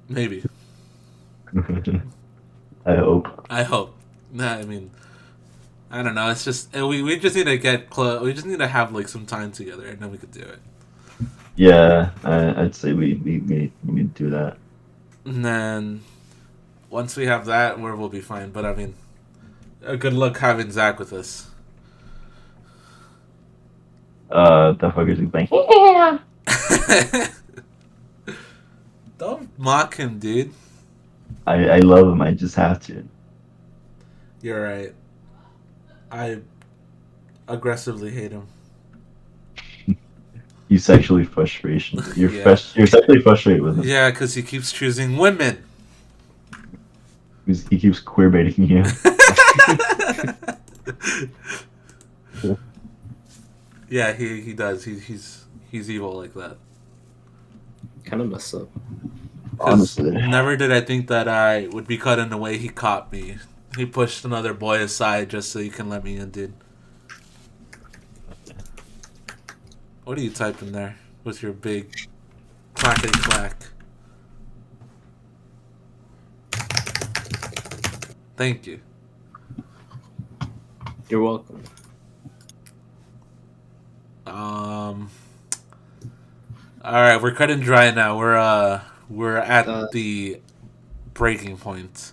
Maybe. I hope. I hope. Nah, I mean, I don't know. It's just uh, we, we just need to get close. We just need to have like some time together, and then we could do it. Yeah, I, I'd say we we we, we do that. And then once we have that, we're, we'll be fine. But I mean, uh, good luck having Zach with us. Uh, that fucker's like, Don't mock him, dude. I I love him. I just have to. You're right. I aggressively hate him. You sexually frustration. You're Yeah. frus- You're sexually frustrated with him. Yeah, because he keeps choosing women. He's- He keeps queer baiting you. yeah, he, he does. He, he's he's evil like that. Kind of messed up. 'Cause Honestly. never did I think that I would be caught in the way he caught me. He pushed another boy aside just so he can let me in, dude. What are you typing there with your big clackety clack? Thank you. You're welcome. Um. All right, we're cutting dry now. We're uh, we're at Uh, the breaking point,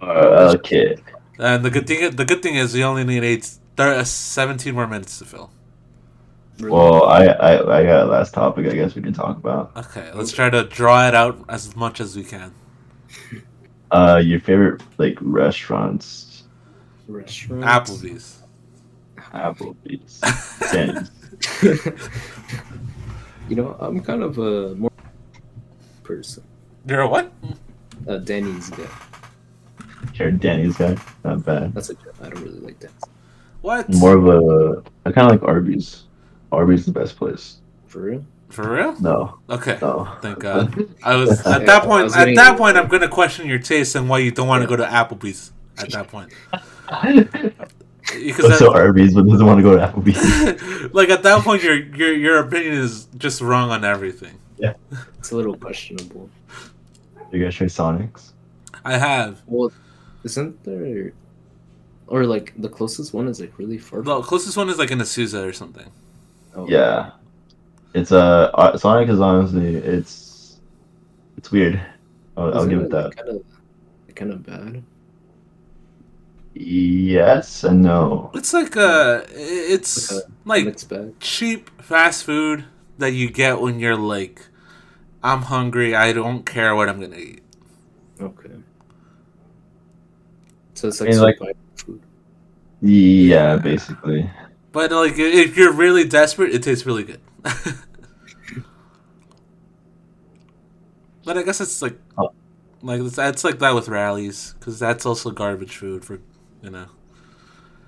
Uh, okay. and the good thing the good thing is we only need eight, thir- uh, 17 more minutes to fill. Really? Well, I, I I got a last topic. I guess we can talk about. Okay, let's try to draw it out as much as we can. Uh, your favorite like restaurants, Restaurant. Applebee's. Applebee's, Denny's. you know, I'm kind of a more person. You're a what? A Denny's guy. You're a Denny's guy. Not bad. That's a joke. I don't really like Denny's. What? More of a. I kind of like Arby's. Arby's is the best place. For real? For real? No, Okay. no. Thank God. I was at that I point. was At getting- that point, I'm gonna question your taste and why you don't want to go to Applebee's. At that point, Oh, because so that- Arby's, but doesn't want to go to Applebee's. like at that point your your your opinion is just wrong on everything. It's a little questionable. You guys try Sonic's? I have. Well, isn't there. Or, like, the closest one is, like, really far. The closest one is like an Azusa or something. Oh, Yeah. It's uh, uh Sonic is honestly it's it's weird. I'll, I'll Isn't give it that. Kind of, kind of bad. Yes and no. It's like uh it's Okay. like Mixed bag. cheap fast food that you get when you're like I'm hungry, I don't care what I'm going to eat. Okay. So it's I like, mean, like- survival food. Yeah, basically. But like if you're really desperate, it tastes really good. but I guess it's like Oh. like it's, it's like that with rallies cuz that's also garbage food for you know.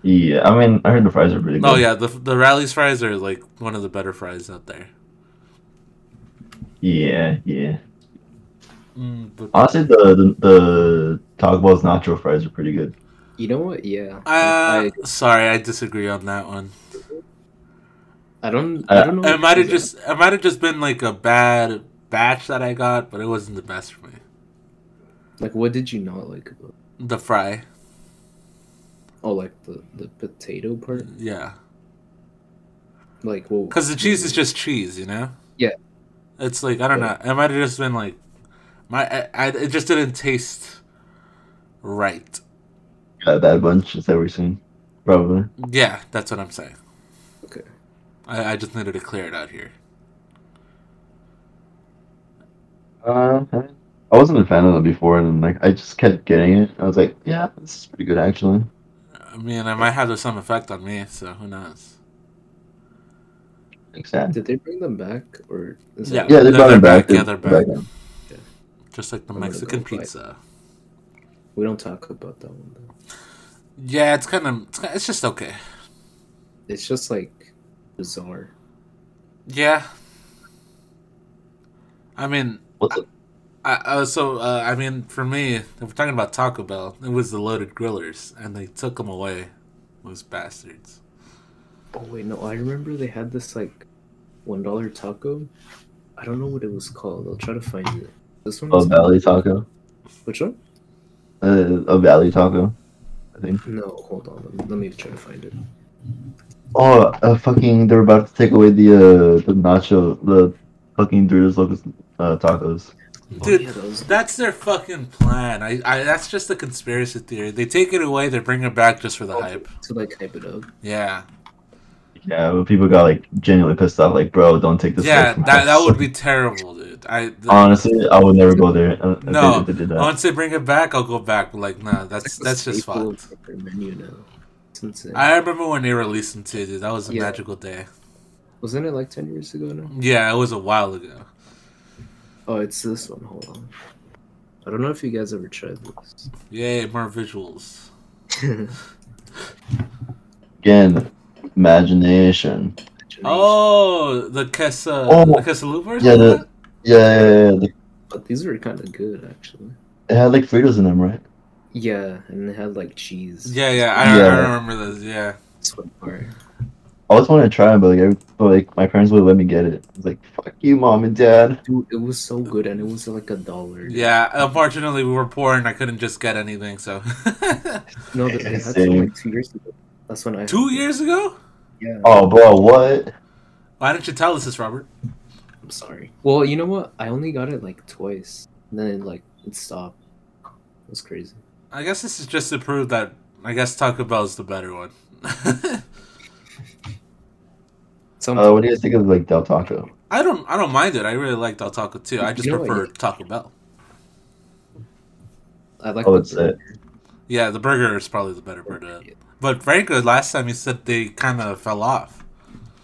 Yeah, I mean, I heard the fries are pretty good. Oh yeah, the the Rally's fries are like one of the better fries out there. Yeah, yeah. Mm, but Honestly, the the, the Taco Bell's nacho fries are pretty good. You know what? Yeah. uh, I, sorry, I disagree on that one. I don't. Uh, I don't know. It what might have is just it might have just been like a bad batch that I got, but it wasn't the best for me. that. Like, what did you not like about? The fry, Oh, like the the potato part. yeah, Like, well, because the cheese is just cheese, you know. Yeah. It's like I don't know. It might have just been like my I, I, it just didn't taste right. Got a bad bunch. It's ever seen, probably. Yeah, that's what I'm saying. Okay. I, I just needed to clear it out here. Uh, I wasn't a fan of them before, and like I just kept getting it. I was like, yeah, this is pretty good actually. I mean, it might have some effect on me, so who knows. Exactly. Did they bring them back or? Is Yeah. That, Yeah, they They're- brought they're it back. back, yeah, they're brought it back. Just like the I'm gonna Mexican go for it. pizza. we don't talk about that one. Though. Yeah, it's kind of it's, ki- it's just okay. It's just like bizarre. Yeah. I mean, What's it? I, uh, so uh, I mean, for me, if we're talking about Taco Bell, it was the loaded grillers, and they took them away, those bastards. Oh wait, no, I remember they had this like one dollar taco. I don't know what it was called. I'll try to find it. This one. Oh, was- Valley Taco. Which one? Uh, a Valley Taco, I think. No, hold on. Let me, let me try to find it. Oh, uh, fucking! They're about to take away the uh, the nacho, the fucking Doritos Locos uh, tacos. Dude, yeah, that was- that's their fucking plan. I, I that's just a conspiracy theory. They take it away, they bring it back just for the hype. To like hype it up. Yeah, Yeah, but people got like genuinely pissed off. Like, bro, don't take this. away yeah, from that us." that would be terrible, dude. I th- Uh, honestly. I would never go there. uh, if they- No, if they did that. once they bring it back, I'll go back. But like, nah, that's It's a that's just staple fucked. of their menu now. It's insane. I remember when they released them too, dude. That was a Yeah. magical day. Wasn't it like ten years ago now? Yeah, it was a while ago. Oh, it's this one. Hold on. I don't know if you guys ever tried this. Yay, more visuals. Again, imagination. Oh, the Kessa, Oh. the Quesalupa or Yeah, something? the- Yeah, yeah, yeah, yeah. But these were kind of good actually. It had like Fritos in them, right? Yeah, and they had like cheese. yeah, yeah, I, I Yeah. remember those. Yeah, That's what part. I always wanted to try them, but like, every, but like my parents would let me get it. I was like, fuck you, mom and dad. Dude, it was so good, and it was like a dollar. yeah. Unfortunately, we were poor and I couldn't just get anything. So, No, but they had some Same. like two years ago. That's when I. two years ago, Yeah. Oh, bro, what? why didn't you tell us this, Robert? I'm sorry. Well, you know what? I only got it like twice. And then it, like it stopped. It was crazy. I guess this is just to prove that I guess Taco Bell is the better one. Sometimes Uh, what do you guys think of like Del Taco? I don't, I don't mind it. I really like Del Taco too. I just You know what prefer you- Taco Bell. I like. Oh, the it's it. burger. Yeah, the burger is probably the better burger. But Franco, last time you said they kind of fell off.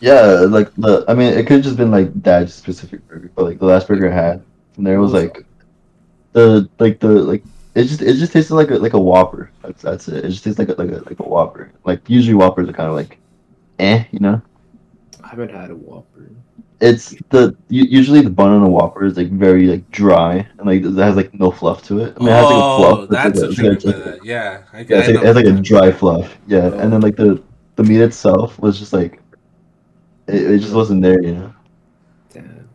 Yeah, like the I mean, it could have just been like that specific burger, but like the last burger I had from there was like the like the like it just it just tasted like a like a Whopper. That's that's it. It just tastes like a like a like a Whopper. Like usually Whoppers are kind of like, eh, you know. I haven't had a Whopper. It's the u- usually the bun on a Whopper is like very like dry and like it has like no fluff to it. I mean, it has like a oh, fluff. but that's it's, what like, you mean it's, by like, that. Yeah, I, I yeah, it's like, know it has like a what you dry fluff. Yeah, and then like the the meat itself was just like it, it just wasn't there, you know. Damn.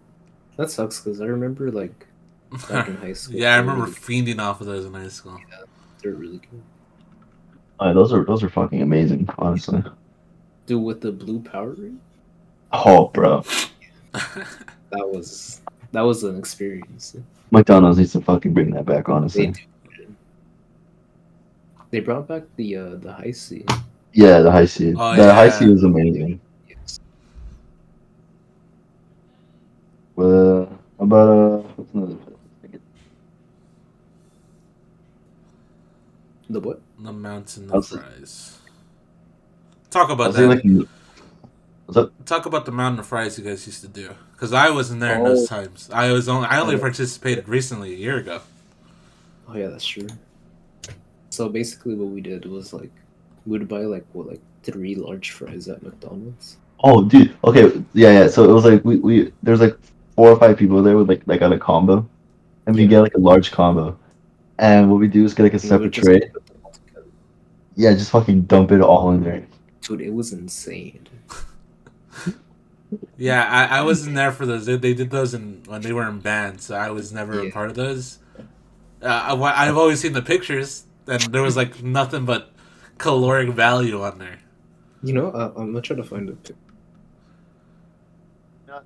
That sucks because I remember like mean. back in high school. Yeah, I they were remember really- fiending off of those in high school. They're really good. Uh, those are those are fucking amazing, honestly. Dude, with the blue power ring, Oh, bro, that was that was an experience. McDonald's needs to fucking bring that back, They honestly. do. They brought back the uh, the high C. Yeah, the high C. Oh, the high yeah. C was amazing. Yes. Well, how about uh, what's another? The what? The mountain of That's- fries. Talk I about was thinking, that. like, Talk about the mountain of fries you guys used to do. Because I wasn't there in those times. I was only I only Yeah. participated recently a year ago. Oh yeah, that's true. So basically, what we did was like we would buy like what like three large fries at McDonald's. oh, dude. Okay, yeah, yeah. So it was like we we there's like four or five people there with like like on a combo, and we Yeah. get like a large combo, and what we do is get like a And we separate would just tray. put them all together. Yeah, just fucking dump it all in there. Dude, it was insane. Yeah, I, I wasn't there for those. They, they did those in, when they were in band, so I was never a Yeah. part of those. Uh, I, wa- I've always seen the pictures, and there was like nothing but caloric value on there. You know, uh, I'm gonna try to find it.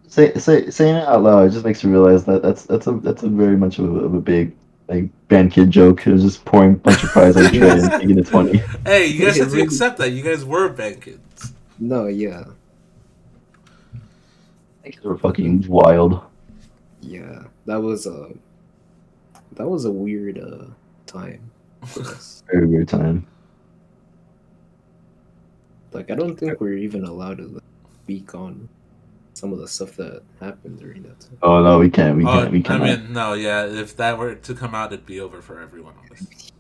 Say, say, saying it out loud it just makes you realize that that's that's a that's a very much of a, of a big like band kid joke. It was just pouring a bunch of fries on a tray and thinking it's funny. Hey, you guys have to Really? accept that. You guys were band kids. No, yeah, Kids were fucking wild. yeah, that was uh, that was a weird uh time. for us. Very weird time. like, I don't think we are even allowed to like, speak on some of the stuff that happened during that time. Oh no, we can't. We Oh, can't. we I can't. mean, no, yeah. If that were to come out, it'd be over for everyone. on this.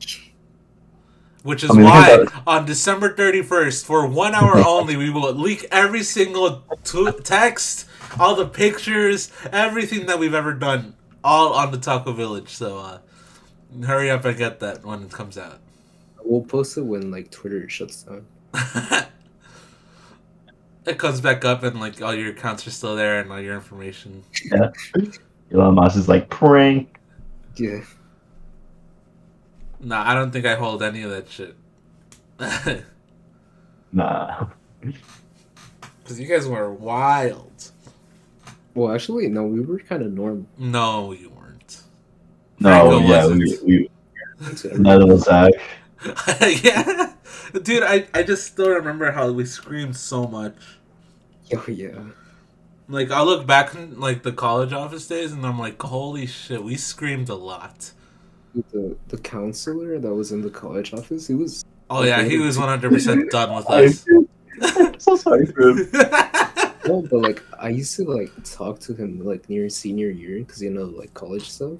Which is I mean, I why think on December 31st, for one hour only, we will leak every single tu- text, all the pictures, everything that we've ever done all on the Taco Village. So uh, hurry up and get that when it comes out. We'll post it when like Twitter shuts down. it comes back up and like all your accounts are still there and all your information. Elon Musk is like prank. Yeah. Nah, I don't think I hold any of that shit. Because Nah. you guys were wild. Well, actually, no, we were kind of normal. No, you weren't. No, Franco yeah, we, wasn't. we to everyone. neither was Zach. yeah. Dude, I, I just still remember how we screamed so much. Oh yeah. Like, I look back in, like, the college office days and I'm like, holy shit, we screamed a lot. The the counselor that was in the college office, he was Oh, yeah, he was 100% done with I'm us. so sorry for him. no, but like I used to like talk to him like near senior year because you know like college stuff,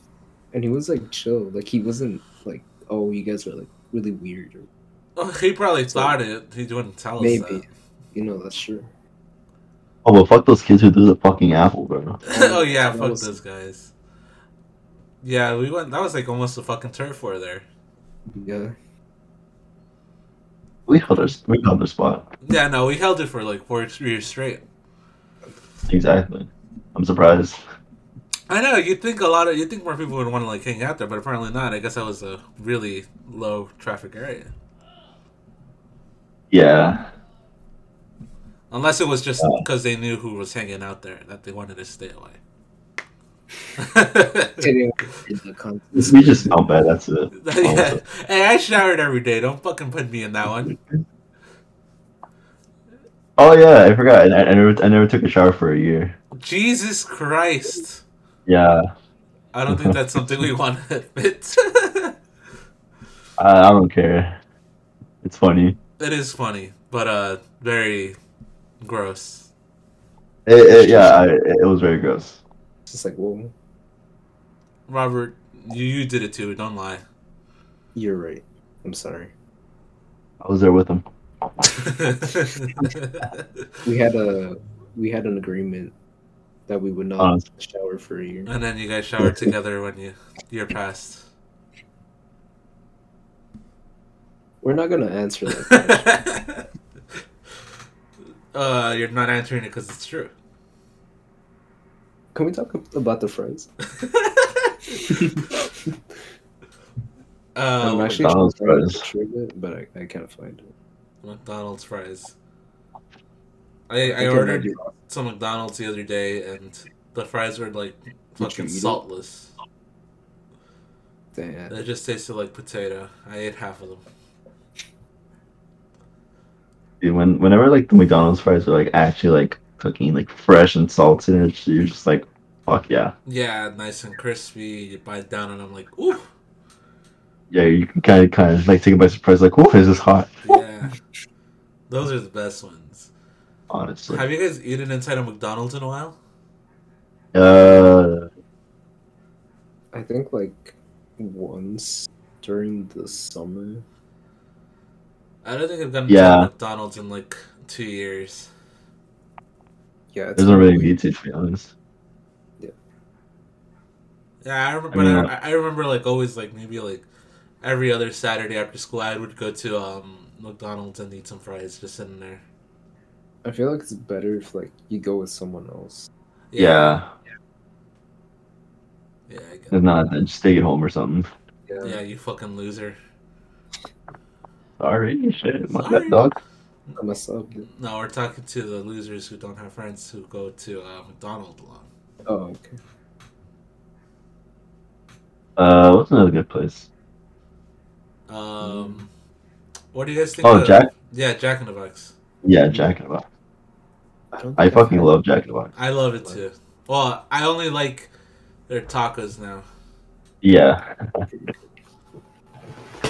and he was like chill. Like he wasn't like oh you guys are like really weird or Oh, he probably thought it. He wouldn't tell us maybe, you know that's true. Oh, but fuck those kids who do the fucking apple, bro. that. oh, yeah, That fuck was- those guys. Yeah, we went. That was like almost a fucking turf war there. Yeah. We held our we held our spot. Yeah, no, we held it for like four years straight. Exactly. I'm surprised. I know you'd think a lot of you'd think more people would want to like hang out there, but apparently not. I guess that was a really low traffic area, Yeah. unless it was just Yeah. because they knew who was hanging out there that they wanted to stay away. Anyway, the con- We just smell bad, that's it. yeah. Hey, I showered every day. Don't fucking put me in that one. Oh yeah, I forgot. I, I never I never took a shower for a year. Jesus Christ! Yeah. I don't think that's something we want to admit. I, I don't care. It's funny. it is funny, but uh, very gross. It, it, yeah, I, it was very gross. Just like well, Robert, you, you did it too. Don't lie. you're right. I'm sorry. I was there with him. We had a we had an agreement that we would not Honest. shower for a year. and then you guys showered together when you you're past. We're not gonna answer that. question. uh, you're not answering it because it's true. Can we talk about the fries? I'm uh, actually McDonald's trying to fries. picture it, but I, I can't find it. McDonald's fries. I, think I it might ordered be- some McDonald's the other day, and the fries were like you fucking eat it? saltless. Damn. They just tasted like potato. I ate half of them. Dude, when whenever like the McDonald's fries are like actually like cooking like fresh and salted, and it's- you're just like, fuck yeah, Yeah, nice and crispy. You bite down, and I'm like, ooh, yeah. You can kind of kind of like take it by surprise, like, oh, is this hot? yeah. Those are the best ones. Honestly, Have you guys eaten inside a McDonald's in a while? uh, I think like once during the summer. I don't think I've gone Yeah. to McDonald's in like two years. Yeah, it's there's no really probably- need to, to be honest. Yeah, I remember. I mean, but I, I remember like always like maybe like every other Saturday after school, I would go to um, McDonald's and eat some fries just sitting there. I feel like it's better if like you go with someone else. Yeah, yeah, I get if not, then just take it home or something. Yeah. it. yeah. You fucking loser. Sorry, shit, my Sorry. bad, dog. I messed up. No, we're talking to the losers who don't have friends who go to uh, McDonald's a lot. Oh, okay. Uh, what's another good place? Um, what do you guys think? Oh, of- Jack. Yeah, Jack in the Box. Yeah, Jack in the Box. I don't. I think fucking had- love Jack in the Box. I love it too. Well, I only like their tacos now. Yeah,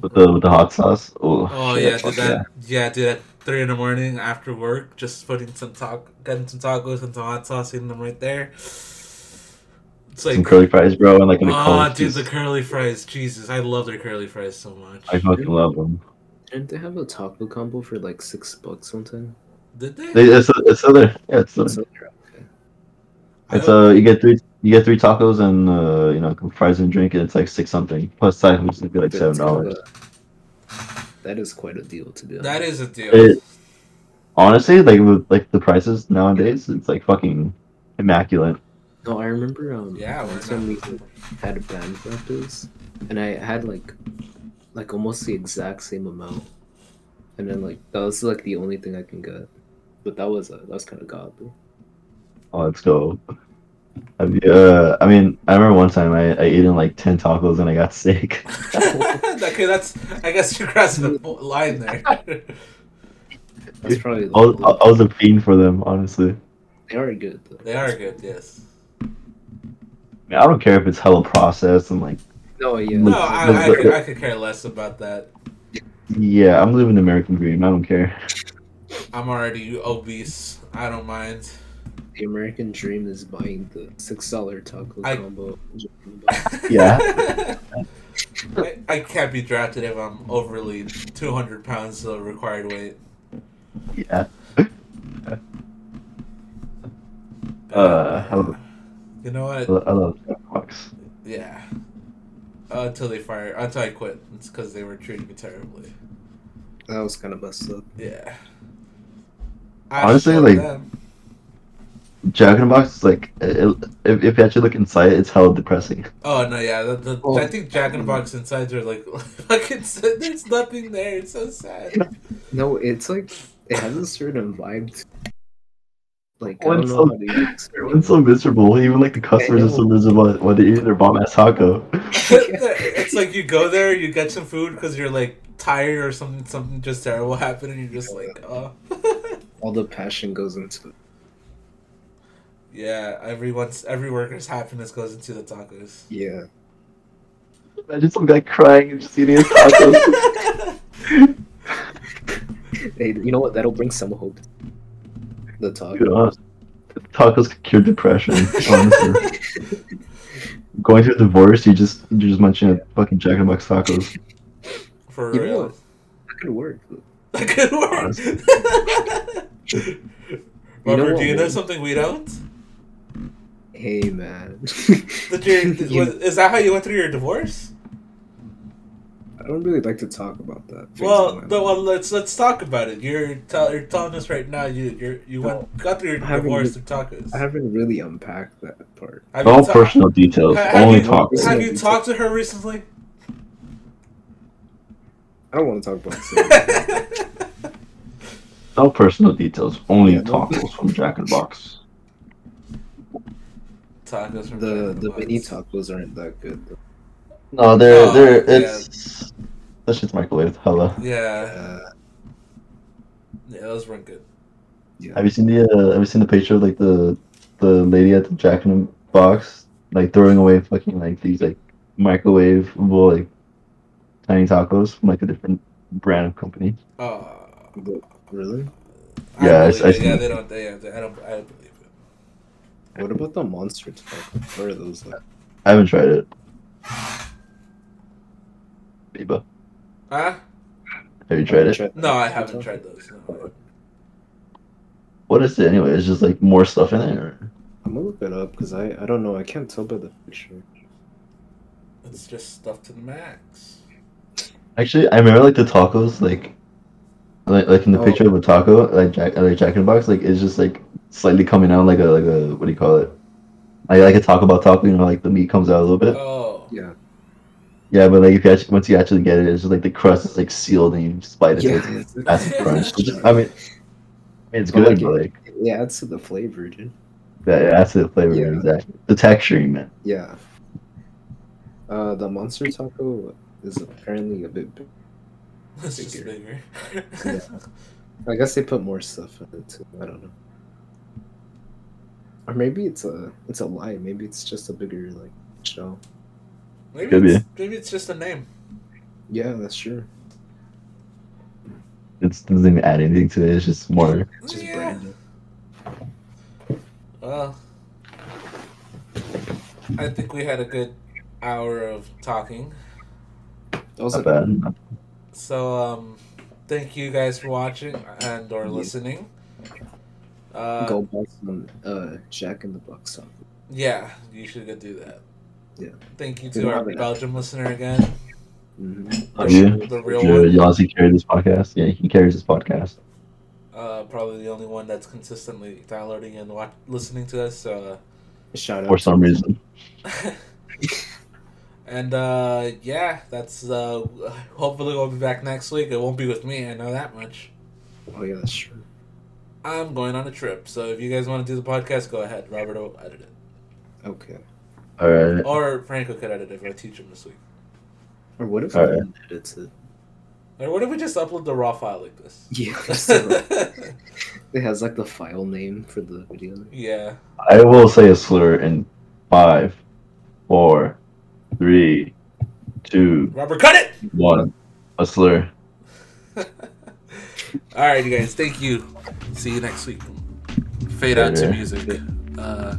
with the with the hot sauce. Oh, Oh shit, yeah, fuck did that. Yeah, did at three in the morning after work, just putting some taco, getting some tacos and some hot sauce, eating them right there. It's like, Some curly fries, bro, and like a oh, McCollum's dude, cheese. the curly fries. Jesus, I love their curly fries so much. I fucking love them. Didn't they have a taco combo for like six bucks one time? Did they? They, it's it's other. Yeah, it's That's other. what they're- okay. I It's don't- uh, you get three you get three tacos and uh, you know fries and drink, and it's like six something plus side which is gonna be like seven That's kind of dollars. a- That is quite a deal to do. That is a deal. It- Honestly, like with like the prices nowadays, it's like fucking immaculate. No, I remember um Yeah, we're one time we had band practice and I had like like almost the exact same amount. And then like that was like the only thing I can get. But that was uh, that was kinda godly. Oh, let's go. Have you, uh, I mean, I remember one time I, I ate in like ten tacos and I got sick. okay, that's. I guess you're crossing the bo- line there. That's probably the I was, I I was a fiend for them, honestly. they are good though. they are good, yes. I, mean, I don't care if it's hella processed. I'm like, No, yeah. No, Look, I, look, I, look, could, look. I could care less about that. yeah, I'm living the American dream. I don't care. I'm already obese. I don't mind. the American dream is buying the six dollar taco I- combo. Yeah. I, I can't be drafted if I'm overly 200 pounds the required weight. Yeah. Uh, I love, You know I what? love- I love Starbucks. Yeah. until they fire, until I quit. It's because they were treating me terribly. That was kinda messed up. Yeah. I Honestly, showed like- them. Jack in the Box is like, it, if, if you actually look inside, it's hella depressing. Oh no, yeah. The, the, Oh. I think Jack and Box insides are like, fucking. There's nothing there. It's so sad. No, it's like it has a certain vibe. to- Like I Well, don't it's so- know how to Everyone's experience. so miserable. Even like the customers are so miserable when they eat their bomb ass taco. it's like you go there, you get some food because you're like tired or something. Something just terrible happened, and you're just like, oh. All the passion goes into it. yeah. Everyone's every worker's happiness goes into the tacos. Yeah. Imagine some guy crying and just eating his tacos. Hey, you know what? That'll bring some hope. The talk. Dude, honest- tacos could cure depression. Honestly, going through a divorce, you just you're just munching a fucking Jack in the Box tacos. For You know real. what? That could work. That could Honestly. work. You know Robert, what, do you know man? something we don't? Hey man. Did you, did- You- was, is that how you went through your divorce? I don't really like to talk about that. phase Well, of my no, life. well, let's let's talk about it. You're, tell, you're telling us right now you you're, you went got through your I haven't divorce through tacos. I haven't really unpacked that part. Have you All ta- personal details, Have only you- tacos. Have you talked to her recently? I don't want to talk about it. That's All personal details, only Yeah, no. tacos from Jack in the Box. tacos from the Jack in the mini Box. tacos aren't that good. Though. No, they're Oh, they're yeah. it's that shit's microwaved. Hello. Yeah, Uh, yeah, those weren't good. Have you seen the uh, Have you seen the picture of like the the lady at the Jack in the Box like throwing away fucking like these like microwaveable like tiny tacos from like a different brand of company? Oh, but really? Yeah, I- I believe I it. see yeah, that. they don't. They, they, I don't. I don't believe it. What about the monster taco? What are those like? I haven't tried it. Biba, Huh? have you tried it? No, I haven't tried those. No. What is it anyway? It's just like more stuff in it. Or... I'm gonna look it up because I I don't know. I can't tell by the picture. It's just stuff to the max. Actually, I remember like the tacos like. Like, like in the Oh. picture of a taco, like Jack, like Jack in the Box, like it's just like slightly coming out like a like a what do you call it? Like like a Taco Bell taco, you know, like the meat comes out a little Uh. bit. Oh, Yeah. Yeah, but like if you actually, once you actually get it, it's just like the crust is like sealed and you just bite it. so it's it's- That's crunch. Which is- I mean, I mean, it's I good, like but like It adds to the flavor, dude. that that's the flavor Yeah. exactly. The texturing, man. Yeah. Uh, the monster taco is apparently a bit. big. it's just bigger. Yeah. I guess they put more stuff in it too. I don't know. Or maybe it's a it's a lie. Maybe it's just a bigger like shell. maybe, Could be. it's, maybe it's just a name. Yeah, that's true. It's, it doesn't even add anything to it. It's just more. It's just Yeah. branded. Well, I think we had a good hour of talking. That was Not a, bad. So, um, thank you guys for watching and or listening. Uh, go buy some uh Jack in the Box taco. Yeah, you should go do that. Yeah. Thank you We to don't our have an Belgium listener again. Mhm. Oh, yeah. The real Should one. Yossi carry this podcast? Yeah, he carries this podcast. Uh, probably the only one that's consistently downloading and watch- listening to us. Uh, Shout out. For some reason. and uh, yeah, that's. Uh, hopefully, we'll be back next week. It won't be with me. I know that much. Oh yeah, that's true. I'm going on a trip, so if you guys want to do the podcast, go ahead. Robert will edit it, Okay. All right. or Franco could edit it if I teach him this week. Or what if Alright. Alan edits it? Or what if we just upload the raw file like this? Yeah. so it has like the file name for the video. yeah. I will say a slur in five, four, three, two, Robert, cut it. one. A slur. All right, you guys. Thank you. See you next week. Fade out to Later. music. Uh,